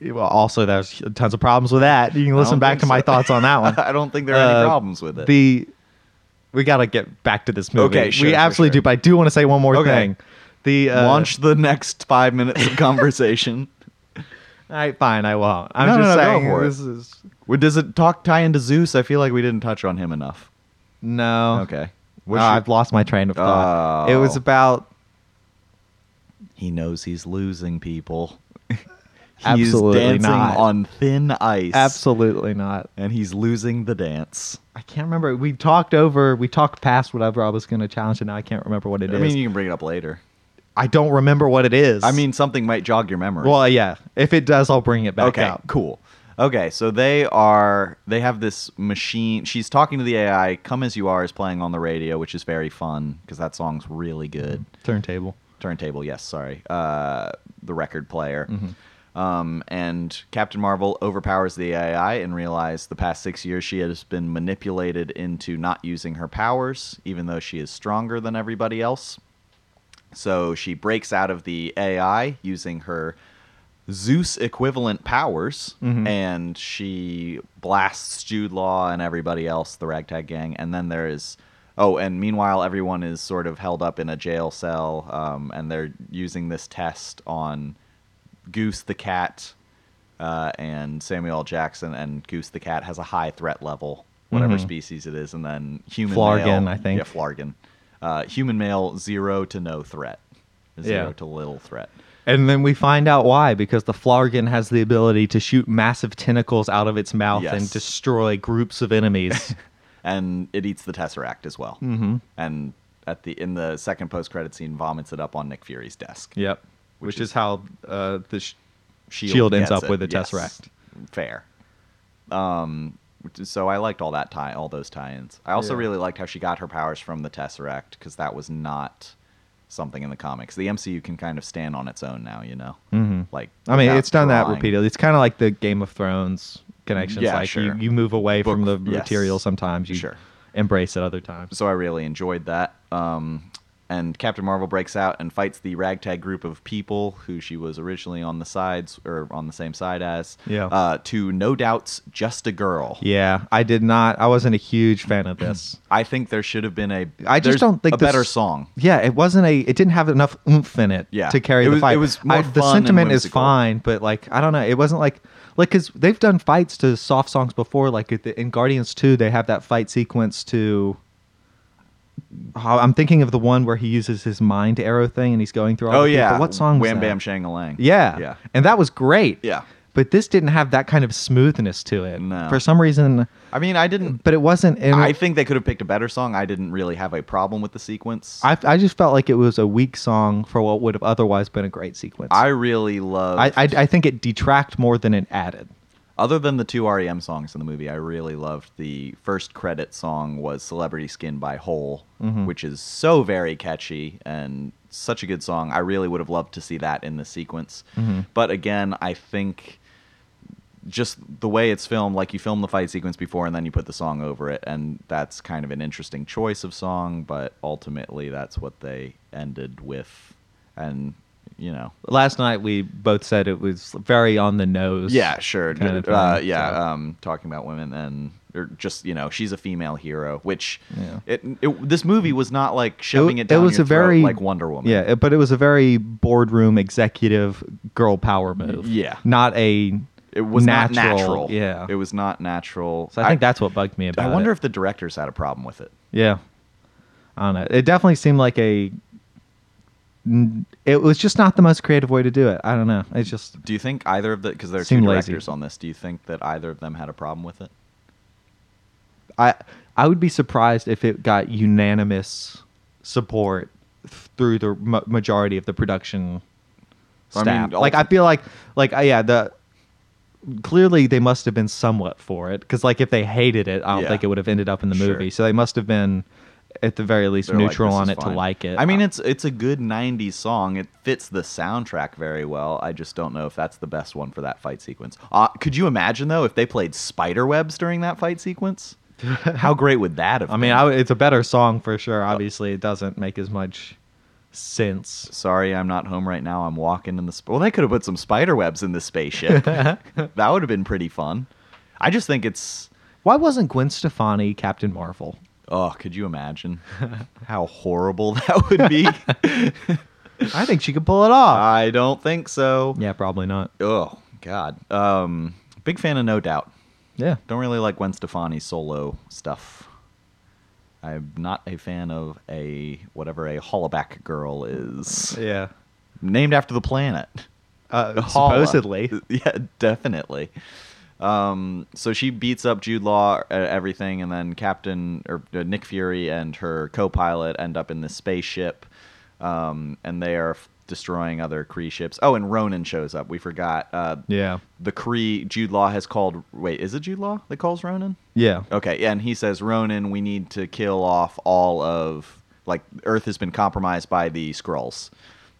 Well, also, there's tons of problems with that. You can listen don't back think to my so. thoughts on that one. I don't think there are Uh, any problems with it. The we gotta get back to this movie. Okay, sure, we for absolutely sure. do. But I do want to say one more Okay. thing. The uh, Launch the next five minutes of conversation. All right, fine, I won't. I'm No, no, just no, go saying for it. this is Well, Does it talk tie into Zeus? I feel like we didn't touch on him enough. no. Okay. Oh, I've lost my train of thought. It was Oh. about he knows he's losing people. he's Absolutely dancing not. on thin ice. absolutely not. And he's losing the dance. I can't remember. We talked over. We talked past whatever I was going to challenge, and now I can't remember what it is. I mean, you can bring it up later. I don't remember what it is. I mean, something might jog your memory. well, yeah. If it does, I'll bring it back okay, up. cool. Okay, so they are they have this machine. She's talking to the AI. Come as you are is playing on the radio, which is very fun because that song's really good. Turntable. turntable yes sorry uh, the record player um, and captain marvel overpowers the ai and realizes the past six years she has been manipulated into not using her powers even though she is stronger than everybody else so she breaks out of the ai using her zeus equivalent powers Mm-hmm. and she blasts jude law and everybody else the ragtag gang and then there is Oh, and meanwhile, everyone is sort of held up in a jail cell, um, and they're using this test on Goose the cat uh, and Samuel L. Jackson. And Goose the cat has a high threat level, whatever species it is, and then human Flargon, male- Mm-hmm. I think. Yeah, Flargon. Uh, human male zero to no threat, zero Yeah. to little threat. And then we find out why, because the Flargon has the ability to shoot massive tentacles out of its mouth Yes. and destroy groups of enemies. and it eats the tesseract as well. Mm-hmm. And at the in the second post credit scene, vomits it up on Nick Fury's desk. yep. Which, Which is, is- how uh, the sh- Shield ends gets up with a yes. Tesseract. Fair. Um, so I liked all that tie, all those tie-ins. I also Yeah. really liked how she got her powers from the Tesseract because that was not something in the comics. The MCU can kind of stand on its own now, you know. Mm-hmm. Like I mean, without it's done that drawing. repeatedly. It's kind of like the Game of Thrones connections. Yeah, like sure. you, you move away from the Book- yes. material sometimes, you Sure. embrace it other times. So I really enjoyed that. Um, and Captain Marvel breaks out and fights the ragtag group of people who she was originally on the sides or on the same side as. Yeah. Uh, to no doubt's just a girl. Yeah, I did not. I wasn't a huge fan of this. I think there should have been a. I just there's don't think a better this- song. Yeah, it wasn't a. It didn't have enough oomph in it. Yeah. to carry It the was- fight. it was more I- the fun and sentiment is whimsical. fine, but like I don't know. It wasn't like like because they've done fights to soft songs before. Like at the, in Guardians Two, they have that fight sequence to. Oh, I'm thinking of the one where he uses his mind arrow thing and he's going through all. Oh the people. yeah. what song? was Wham that? Bam Shang a Lang. Yeah. Yeah. And that was great. Yeah. But this didn't have that kind of smoothness to it. No. For some reason, I mean, I didn't. but it wasn't. In, I think they could have picked a better song. I didn't really have a problem with the sequence. I, I just felt like it was a weak song for what would have otherwise been a great sequence. I really love. I, I, I think it detract more than it added. other than the two REM songs in the movie, I really loved the first credit song was "Celebrity Skin" by Hole, which is so very catchy and such a good song. I really would have loved to see that in the sequence, but again, I think just the way it's filmed, like you film the fight sequence before and then you put the song over it, and that's kind of an interesting choice of song. But ultimately, that's what they ended with, and you know, Last night we both said it was very on the nose. yeah, sure. kind of uh, thing, yeah, so. um, talking about women and or just you know, she's a female hero, which Yeah. it, it this movie was not like shoving it, down your throat like Wonder Woman. Yeah, it- but it was a very boardroom executive girl power move. Yeah. not a. it was natural, not natural. Yeah, it was not natural. so I think that's what bugged me about I it. wonder if the directors had a problem with it. Yeah. I don't know. It definitely seemed like a. n- It was just not the most creative way to do it. I don't know. It's just Do you think either of the because there are two Seemed lazy. directors on this? Do you think that either of them had a problem with it? I I would be surprised if it got unanimous support through the ma- majority of the production I staff. mean, like I ulti- feel like like uh, yeah the clearly they must have been somewhat for it because like if they hated it I don't Yeah. think it would have ended up in the Sure. movie so they must have been at the very least They're like, neutral "This on is it fine." to like it. I mean, it's it's a good '90s song. It fits the soundtrack very well. I just don't know if that's the best one for that fight sequence. Uh, could you imagine though if they played Spiderwebs during that fight sequence? How great would that have? I mean, been? I w it's a better song for sure. Obviously, it doesn't make as much sense. Sorry, I'm not home right now. I'm walking in the. Sp- well, they could have put some spiderwebs in the spaceship. that would have been pretty fun. I just think it's. Why wasn't Gwen Stefani Captain Marvel? Oh, could you imagine how horrible that would be? I think she could pull it off. I don't think so. yeah, probably not. Oh God. Um, big fan of No Doubt. Yeah. Don't really like Gwen Stefani's solo stuff. I'm not a fan of a whatever a hollaback girl is Yeah. named after the planet. Uh, Holla. supposedly. yeah, definitely. Um, so she beats up Jude Law, uh, everything, and then Captain or uh, Nick Fury and her co-pilot end up in this spaceship, um, and they are f- destroying other Kree ships. Oh, and Ronan shows up. We forgot. Uh, Yeah. the Kree Jude Law has called. Wait, is it Jude Law that calls Ronan? Yeah. Okay, and he says, Ronan, we need to kill off all of like Earth has been compromised by the Skrulls.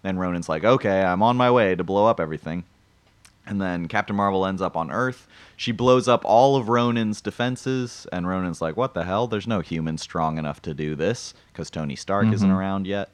And Ronan's like, okay, I'm on my way to blow up everything. And then Captain Marvel ends up on Earth. She blows up all of Ronan's defenses, and Ronan's like, what the hell? There's no human strong enough to do this because Tony Stark isn't around yet.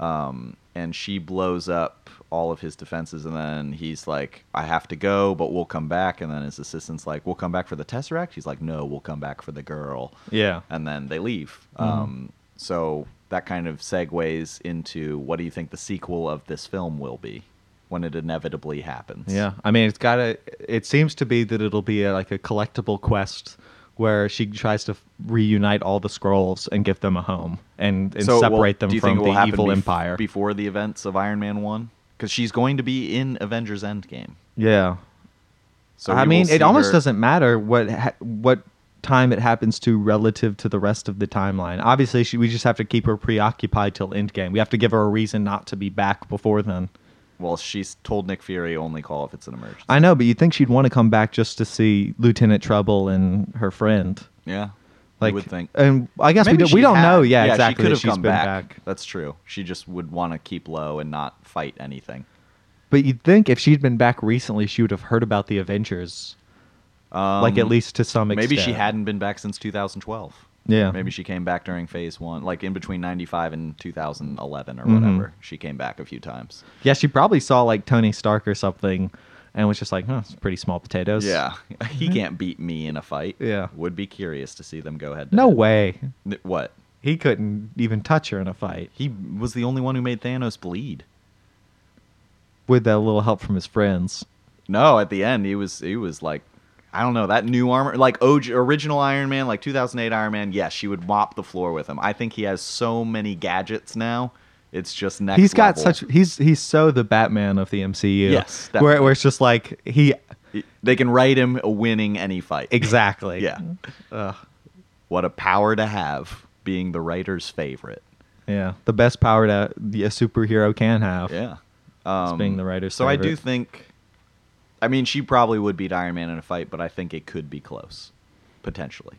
Um, and she blows up all of his defenses, and then he's like, I have to go, but we'll come back. And then his assistant's like, We'll come back for the Tesseract? He's like, No, we'll come back for the girl. Yeah. And then they leave. Um, so that kind of segues into what do you think the sequel of this film will be when it inevitably happens? Yeah. I mean, it's got to, it seems to be that it'll be a, like a collectible quest where she tries to reunite all the scrolls and give them a home and, and So it will- separate do them you from think it will the happen evil bef- empire. Before the events of Iron Man 1? Because she's going to be in Avengers Endgame. yeah. So I we will mean, it see almost her- doesn't matter what ha- what time it happens to relative to the rest of the timeline. Obviously, she, we just have to keep her preoccupied till endgame. We have to give her a reason not to be back before then. Well, she's told Nick Fury only call if it's an emergency. I know, but you'd think she'd want to come back just to see Lieutenant Trouble and her friend. yeah. Like, you would think. and I guess we, Maybe do, we she don't had- know. Yeah, she exactly. could that have she's come been back. back. That's true. She just would want to keep low and not fight anything. But you'd think if she'd been back recently, she would have heard about the Avengers, Um, like at least to some extent. maybe she hadn't been back since 2012. Yeah. Maybe she came back during phase one, like in between 95 and 2011 or Mhm. whatever. She came back a few times. Yeah, she probably saw like Tony Stark or something, and was just like, "Huh, it's pretty small potatoes." Yeah. he can't beat me in a fight. Yeah. Would be curious to see them go head to No head. way. Th- What? He couldn't even touch her in a fight He was the only one who made Thanos bleed. with a little help from his friends. No, at the end he was he was like I don't know that new armor like OG, original Iron Man like 2008 Iron Man. Yes, she would mop the floor with him. I think he has so many gadgets now. It's just next. he's got level. such he's he's so the Batman of the MCU. Yes, where, where it's just like he They can rate him winning any fight. exactly. Mm-hmm. Yeah. What a power to have, being the writer's favorite. yeah, the best power that the- a superhero can have. Yeah. is Um, being the writer's. so I do favorite. think. I mean, she probably would beat Iron Man in a fight, but I think it could be close, potentially.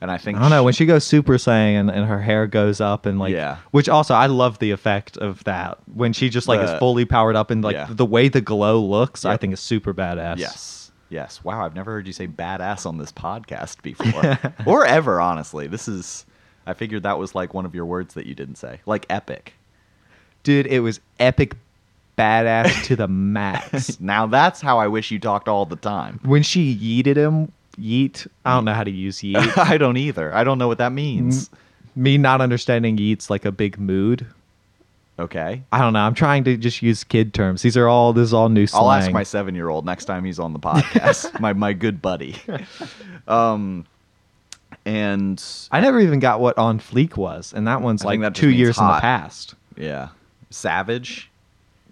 And I think I don't know when she goes Super Saiyan and, and her hair goes up and like, Yeah. which also I love the effect of that when she just like The- is fully powered up and like Yeah. the way the glow looks, I Yep. think is super badass. Yes. Yes. Wow, I've never heard you say badass on this podcast before. or ever, honestly. This is I figured that was like one of your words that you didn't say. Like epic. dude, it was epic, badass to the max. Now that's how I wish you talked all the time. when she yeeted him, yeet. I don't know how to use yeet. I don't either. I don't know what that means. Mm. Me not understanding yeet's like a big mood. Okay. I don't know. I'm trying to just use kid terms. These are all this is all new slang. I'll ask my seven year old next time he's on the podcast. my my good buddy. Um and I never even got what on fleek was, and that one's I think like that just two means years in the hot. past. yeah. Savage.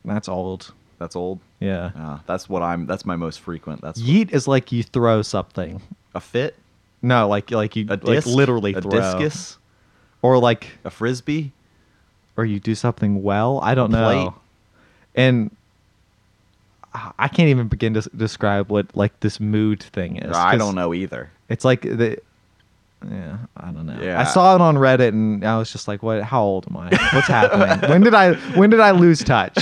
That's old. That's old. Yeah. Uh, that's what I'm that's my most frequent. That's Yeet is like you throw something. a fit. No, like like you A like disc, literally a throw. discus, Or like a frisbee. or you do something well. I don't know. Plate. And I I can't even begin to s- describe what like this mood thing is. I 'cause don't know either. It's like the yeah, I don't know. Yeah. I saw it on Reddit and I was just like, "What? How old am I? What's happening? when did I when did I lose touch?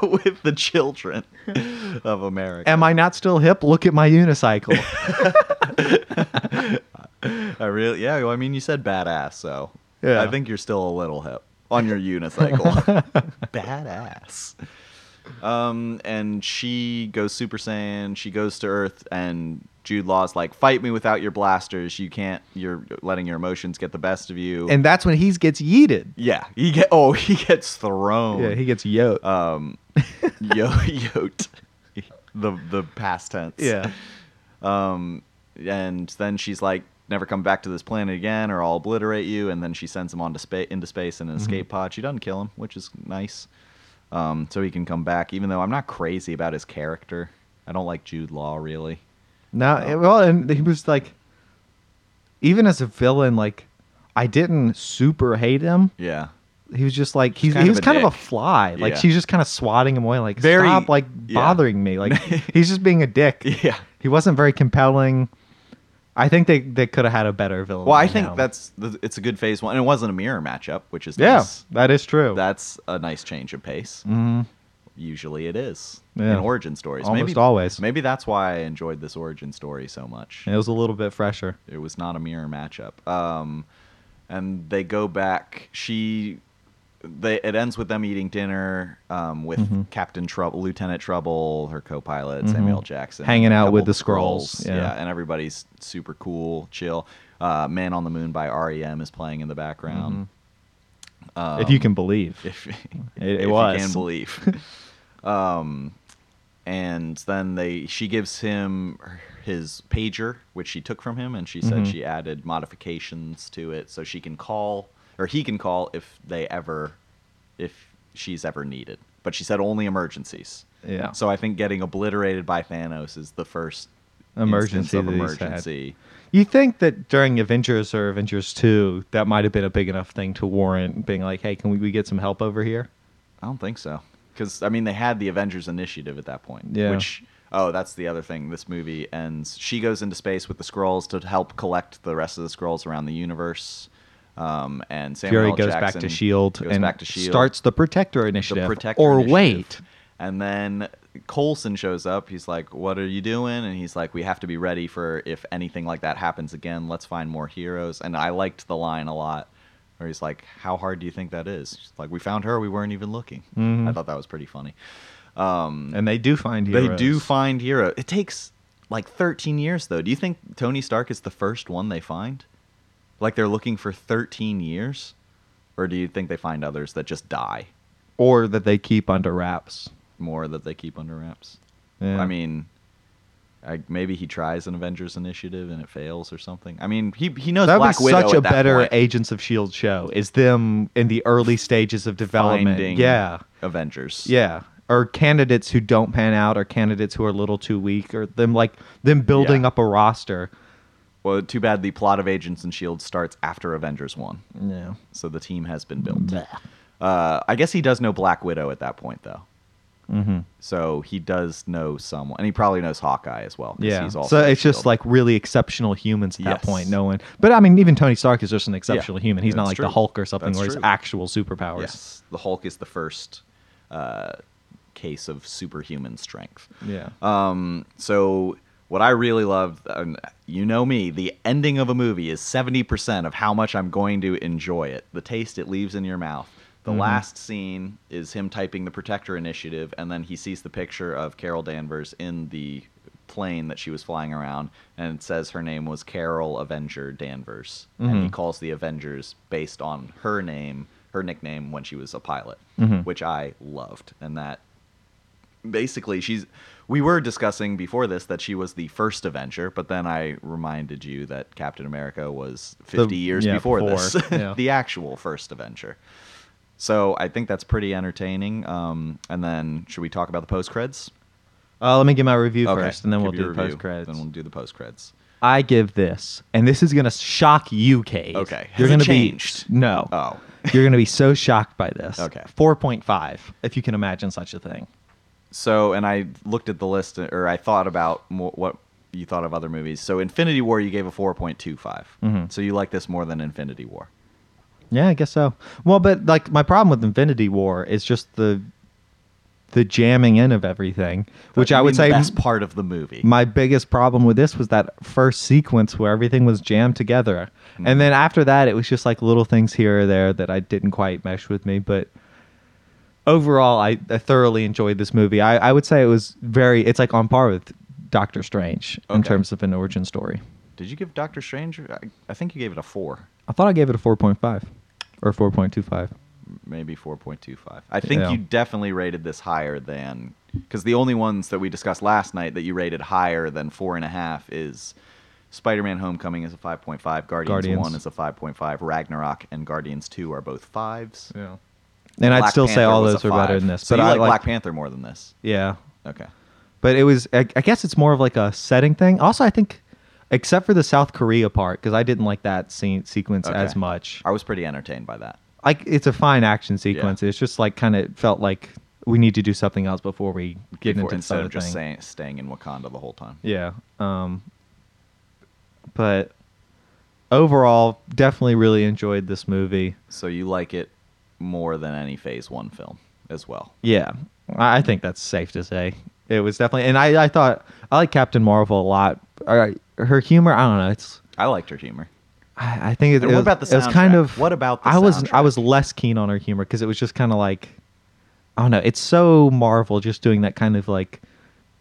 With the children of America. Am I not still hip? Look at my unicycle." I really yeah, well, I mean you said badass, so Yeah. I think you're still a little hip on your unicycle. badass. Um and she goes Super Saiyan, she goes to Earth and Jude Law's like, fight me without your blasters. You can't you're letting your emotions get the best of you. and that's when he gets yeeted. yeah, he get oh, he gets thrown. Yeah, he gets yoked. um yo yote the the past tense yeah. um and then she's like never come back to this planet again or i'll obliterate you and then she sends him on to spa- into space in an Mm-hmm. escape pod she doesn't kill him which is nice um so he can come back even though i'm not crazy about his character i don't like jude law really No, it- well, and he was like, even as a villain, like I didn't super hate him. yeah He was just like he's, kind he of was a kind of a dick. fly. Like Yeah. she's just kind of swatting him away. Like Very- stop, like yeah. bothering me. Like he's just being a dick. yeah He wasn't very compelling. I think they they could have had a better villain. well i than think him. that's the, it's a good phase one and it wasn't a mirror matchup which is yeah, nice. that is true. that's a nice change of pace Mhm. usually it is Yeah. in origin stories. Almost maybe, always. Maybe that's why I enjoyed this origin story so much. It was a little bit fresher. It was not a mirror matchup. Um, and they go back. She, they, it ends with them eating dinner um, with Mm-hmm. Captain Trouble, Lieutenant Trouble, her co-pilot Samuel Jackson, Hanging a out with couple the Skrulls, yeah. and everybody's super cool, chill. Uh, Man on the Moon by REM is playing in the background. Mm-hmm. if you can believe, Um, if, it if was. you can believe. um, and then they she gives him his pager, which she took from him, and she said Mm-hmm. she added modifications to it so she can call or he can call if they ever if she's ever needed. But she said only emergencies. Yeah. So I think getting obliterated by Thanos is the first instance Emergency of that he's had. emergency. You think that during Avengers or Avengers 2, that might have been a big enough thing to warrant being like, hey, can we, we get some help over here? I don't think so. Because I mean, they had the Avengers Initiative at that point. Yeah. Which oh, that's the other thing. This movie ends. She goes into space with the scrolls to help collect the rest of the scrolls around the universe. Um, and Samuel Fury L. goes Jackson back to S.H.I.E.L.D. Goes E and back to Shield. starts the Protector Initiative. Protector or Initiative. wait, And then Colson shows up. He's like, "What are you doing?" And he's like, "We have to be ready for if anything like that happens again. Let's find more heroes." And I liked the line a lot, where he's like, "How hard do you think that is?" She's like, "We found her. We weren't even looking." Mm-hmm. I thought that was pretty funny. and they do find heroes. Mm. They do find hero. It takes like 13 years though. Do you think Tony Stark is the first one they find? Like they're looking for 13 years? Or do you think they find others that just die or that they keep under wraps. more that they keep under wraps? Yeah. I mean, I, maybe he tries an Avengers initiative and it fails or something. I mean, he he knows that Black was Widow such at a that better point, Agents of Shield E show. Is them in the early stages of development? finding Yeah, Avengers. yeah. Or candidates who don't pan out, or candidates who are a little too weak, or them like them building Yeah. up a roster. Well, too bad the plot of Agents and Shield E starts after Avengers one, Yeah. so the team has been built. Uh, I guess he does know Black Widow at that point, though. Mm-hmm. So he does know someone, and he probably knows Hawkeye as well. 'cause Yeah. he's also so in it's just S.H.I.E.L.D.. like really exceptional humans at Yes. that point. No one. But I mean, even Tony Stark is just an exceptional human. He's not that's like true. the Hulk or something That's where true. he's actual superpowers. yes, the Hulk is the first uh, case of superhuman strength. Yeah. Um, so what I really love, and you know me, the ending of a movie is seventy percent of how much I'm going to enjoy it. The taste it leaves in your mouth. The last scene is him typing the Protector Initiative, and then he sees the picture of Carol Danvers in the plane that she was flying around, and it says her name was Carol Avenger Danvers, and he calls the Avengers based on her name, her nickname when she was a pilot, which I loved, and that basically she's we were discussing before this that she was the first Avenger, but then I reminded you that Captain America was 50 The- years yeah, before, before, this, yeah. the actual first Avenger. So I think that's pretty entertaining. Um, and then should we talk about the post creds Uh, let me give my review first, and then we'll do the the post credits. Then we'll do the post creds. I give this, and this is gonna shock you, Cade. Okay. Has you're it gonna changed? be no. Oh. you're gonna be so shocked by this. Okay. four point five, if you can imagine such a thing. So and I looked at the list, or I thought about mo- what you thought of other movies. So Infinity War, you gave a 4.25. Mm-hmm. So you like this more than Infinity War. Yeah, I guess so. Well, but like my problem with Infinity War is just the the jamming in of everything, which You I would mean say the best part of the movie. my biggest problem with this was that first sequence where everything was jammed together. Mm. And then after that, it was just like little things here or there that I didn't quite mesh with me. But overall, I, I thoroughly enjoyed this movie. I, I would say it was very, it's like on par with Doctor Strange in Okay. terms of an origin story. Did you give Doctor Strange? I, I think you gave it a four, I thought I gave it a 4.5 or 4.25. maybe four point two five. I think Yeah. you definitely rated this higher than because the only ones that we discussed last night that you rated higher than four and a half is Spider-Man: Homecoming is a five point five, Guardians, Guardians. One is a five point five, Ragnarok and Guardians Two are both fives. Yeah. And I'd Black still say Panther all was those a are better five. than this. So but you I like, like, Black Panther more than this. yeah. Okay. but it was I, I guess it's more of like a setting thing also i think except for the south korea part because i didn't like that scene sequence Okay. as much I was pretty entertained by that. like it's a fine action sequence it's just like kind of felt like we need to do something else before we get Before- into this instead other of just thing saying, staying in Wakanda the whole time. yeah um but overall definitely really enjoyed this movie So you like it more than any Phase One film as well. Yeah, I I think that's safe to say. It was definitely, and I, I thought I like Captain Marvel a lot. I- Her humor, I don't know. It's I liked her humor. I, I think it, And it what was, about the it was kind soundtrack? of What about the I was I was soundtrack? less keen on her humor because it was just kind of like I don't know. It's so Marvel just doing that kind of like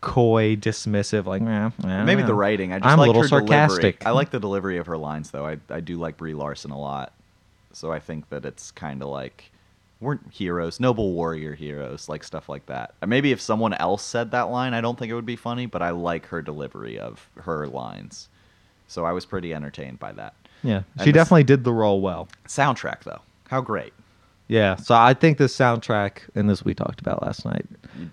coy, dismissive, like "Meh, meh, Maybe meh." the writing. I just I'm like a little her sarcastic. Delivery. I like the delivery of her lines, though. I, I do like Brie Larson a lot, so I think that it's kind of like we're heroes, noble warrior heroes, like stuff like that. Uh, Maybe if someone else said that line, I don't think it would be funny, but I like her delivery of her lines, so I was pretty entertained by that Yeah, and she the s- definitely did the role well. soundtrack, though. How great! Yeah, so I think this soundtrack and this we talked about last night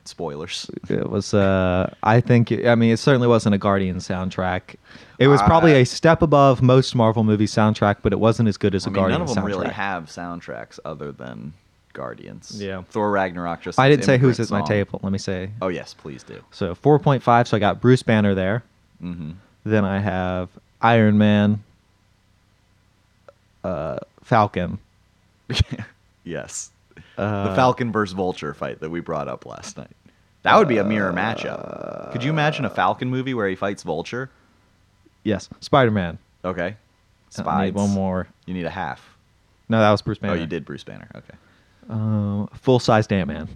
Spoilers. It was, uh, I think, I mean, it certainly wasn't a Guardian soundtrack. It was probably Uh, a step above most Marvel movie soundtrack, but it wasn't as good as a I mean, Guardian none of them soundtrack. really have soundtracks other than Guardians. Yeah. Thor Ragnarok just. I its didn't say who's immigrant at my song. table. Let me say. Oh yes, please do. So 4.5, so I got Bruce Banner there. hmm Then I have Iron Man, uh, Falcon. yes. Uh, the Falcon versus Vulture fight that we brought up last night. That would be a mirror matchup. Could you imagine Uh, a Falcon movie where he fights Vulture? Yes, Spider Man. Okay. Need Spides. one more. You need a half. No, that was Bruce Banner. Oh, you did Bruce Banner. Okay. Uh, Full sized Ant Man.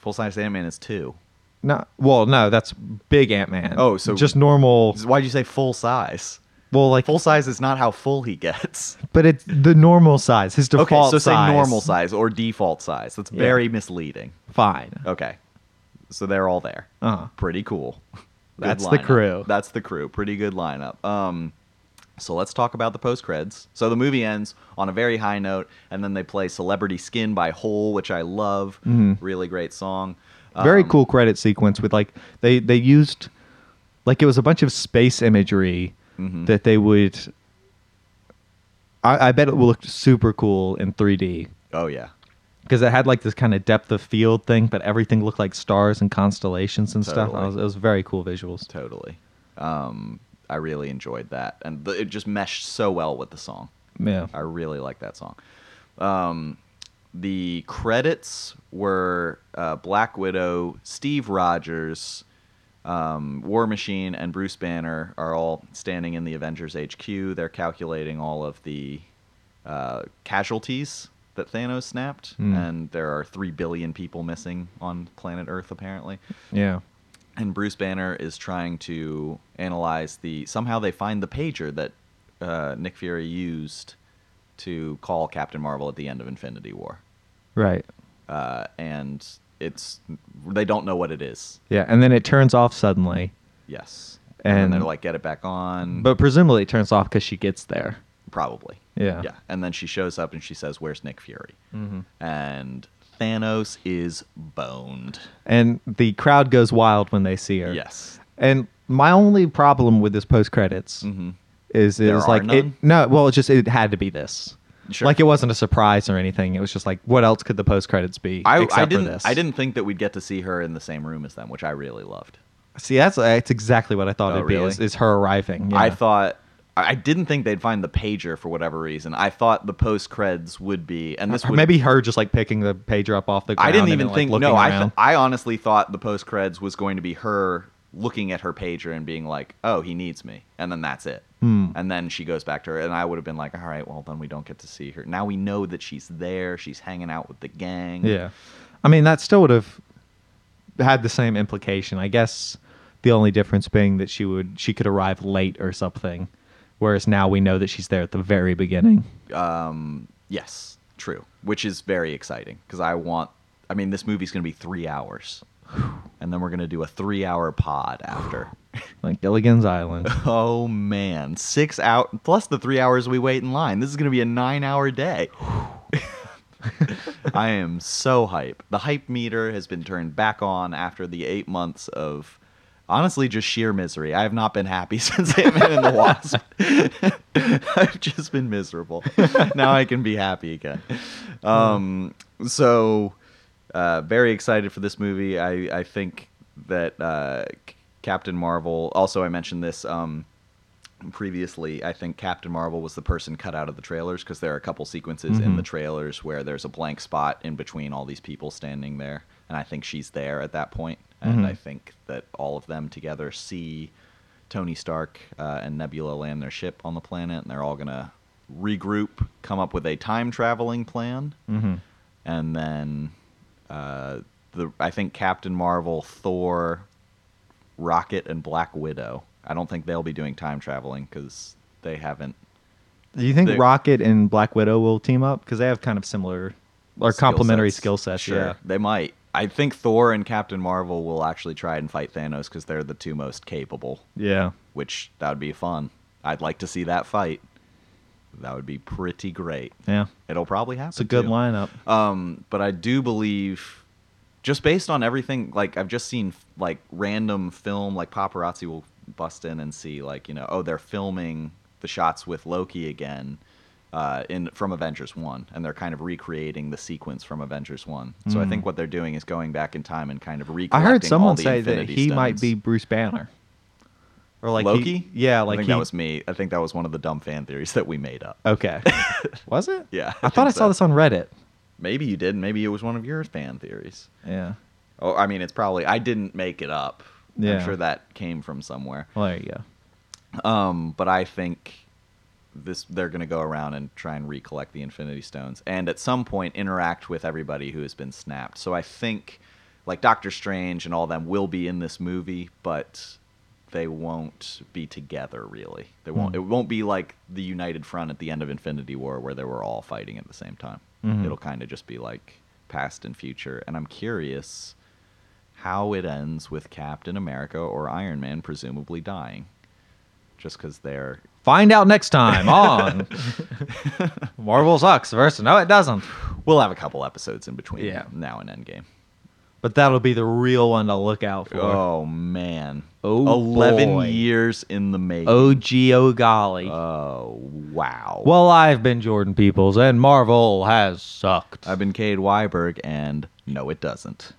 Full size Sandman is two. No, well, no, that's big Ant Man. Oh, so- just normal. Why'd you say full size? Well, like, Full size is not how full he gets. but it's the normal size. His default Okay, so say size. normal size or default size. That's Yeah. very misleading. Fine. Okay. So they're all there. Uh-huh. Pretty cool. Good That's the lineup. crew. That's the crew. Pretty good lineup. Um so let's talk about the post creds. So the movie ends on a very high note and then they play Celebrity Skin by Hole, which I love. Really great song. Mm-hmm. Very Um, cool credit sequence with like they they used like it was a bunch of space imagery Mhm. that they would. I, I bet it looked super cool in 3D Oh yeah. because it had like this kind of depth of field thing, but everything looked like stars and constellations and stuff. Totally. I was, it was very cool visuals. Totally. Um I really enjoyed that. And the, it just meshed so well with the song. Yeah. I really like that song. Um, the credits were uh, Black Widow, Steve Rogers, um, War Machine, and Bruce Banner are all standing in the Avengers HQ. They're calculating all of the uh, casualties that Thanos snapped, Mm. and there are three billion people missing on planet Earth apparently Yeah. and Bruce Banner is trying to analyze the somehow they find the pager that uh, Nick Fury used to call Captain Marvel at the end of Infinity War, Right. uh, and it's they don't know what it is. Yeah, and then it turns off suddenly, Yes, and, And- then they're like, get it back on, but presumably it turns off because she gets there. probably Yeah. yeah. And then she shows up and she says, "Where's Nick Fury?" Mm-hmm. And Thanos is boned. And the crowd goes wild when they see her. Yes. And my only problem with this post credits Mm-hmm. is There is are like it, none? no, well, it's just it had to be this. Sure. Like it wasn't a surprise or anything. It was just like, what else could the post credits be I, except I didn't. for this? I didn't think that we'd get to see her in the same room as them, which I really loved. see. That's that's exactly what I thought Oh, it'd really? be. Is, is her arriving? I yeah. thought I I didn't think they'd find the pager for whatever reason. I thought the post creds would be, and this Or would maybe her just like picking the pager up off the. ground I didn't and even then, like, think. looking no, I around. th- I honestly thought the post creds was going to be her looking at her pager and being like, "Oh, he needs me," and then that's it. Hmm. And then she goes back to her, and I would have been like, "All right, well then we don't get to see her. Now we know that she's there. She's hanging out with the gang." Yeah. I mean, that still would have had the same implication. I guess the only difference being that she would she could arrive late or something, whereas now we know that she's there at the very beginning. Um. Yes. True. Which is very exciting because I want. I mean, this movie's going to be three hours, and then we're going to do a three-hour pod after. Like Gilligan's Island. oh man, six out plus the three hours we wait in line. This is going to be a nine-hour day. I am so hype. The hype meter has been turned back on after the eight months of. Honestly, just sheer misery. I have not been happy since Ant Man and the Wasp. I've just been miserable. now I can be happy again. Um, so, uh, very excited for this movie. I, I think that uh, C- Captain Marvel, also, I mentioned this um, previously. I think Captain Marvel was the person cut out of the trailers because there are a couple sequences in Mhm. the trailers where there's a blank spot in between all these people standing there. And I think she's there at that point. And Mhm. I think that all of them together see Tony Stark uh, and Nebula land their ship on the planet, and they're all gonna regroup, come up with a time traveling plan, Mm-hmm. and then uh, the I think Captain Marvel, Thor, Rocket, and Black Widow. I don't think they'll be doing time traveling because they haven't. Do you think They- Rocket and Black Widow will team up because they have kind of similar or skill complementary sets. skill sets? Sure, Yeah. they might. I think Thor and Captain Marvel will actually try and fight Thanos because they're the two most capable. Yeah. Which that would be fun. I'd like to see that fight. That would be pretty great. Yeah. It'll probably happen. It's a good too. lineup. Um, but I do believe, just based on everything, like I've just seen like random film, like paparazzi will bust in and see like you know, oh, they're filming the shots with Loki again. Uh, in from Avengers One, and they're kind of recreating the sequence from Avengers One. So I Mm. think what they're doing is going back in time and kind of I recollecting. heard all someone the say that Infinity he might Stones. be Bruce Banner. Or like he- Loki. yeah, I like think he, that was me. I think that was one of the dumb fan theories that we made up. Okay. was it? Yeah, I I, thought think I saw so. this on Reddit. Maybe you did. Maybe it was one of your fan theories. Yeah. Oh, I mean, it's probably I didn't make it up. I'm Yeah. sure that came from somewhere. Well, there you go. Um, but I think this they're going to go around and try and recollect the Infinity Stones, and at some point interact with everybody who has been snapped. So I think like Doctor Strange and all them will be in this movie, but they won't be together really. They won't. Hmm. It won't be like the United Front at the end of Infinity War where they were all fighting at the same time. Mhm. It'll kind of just be like past and future, and I'm curious how it ends with Captain America or Iron Man presumably dying. Just because they're Find out next time on Marvel sucks versus no, it doesn't. We'll have a couple episodes in between Yeah. now and Endgame. But that'll be the real one to look out for. Oh man. Oh, 11 boy. years in the making. OG oh golly. Oh, wow. well, I've been Jordan Peoples, and Marvel has sucked. I've been Cade Weiberg and no it doesn't.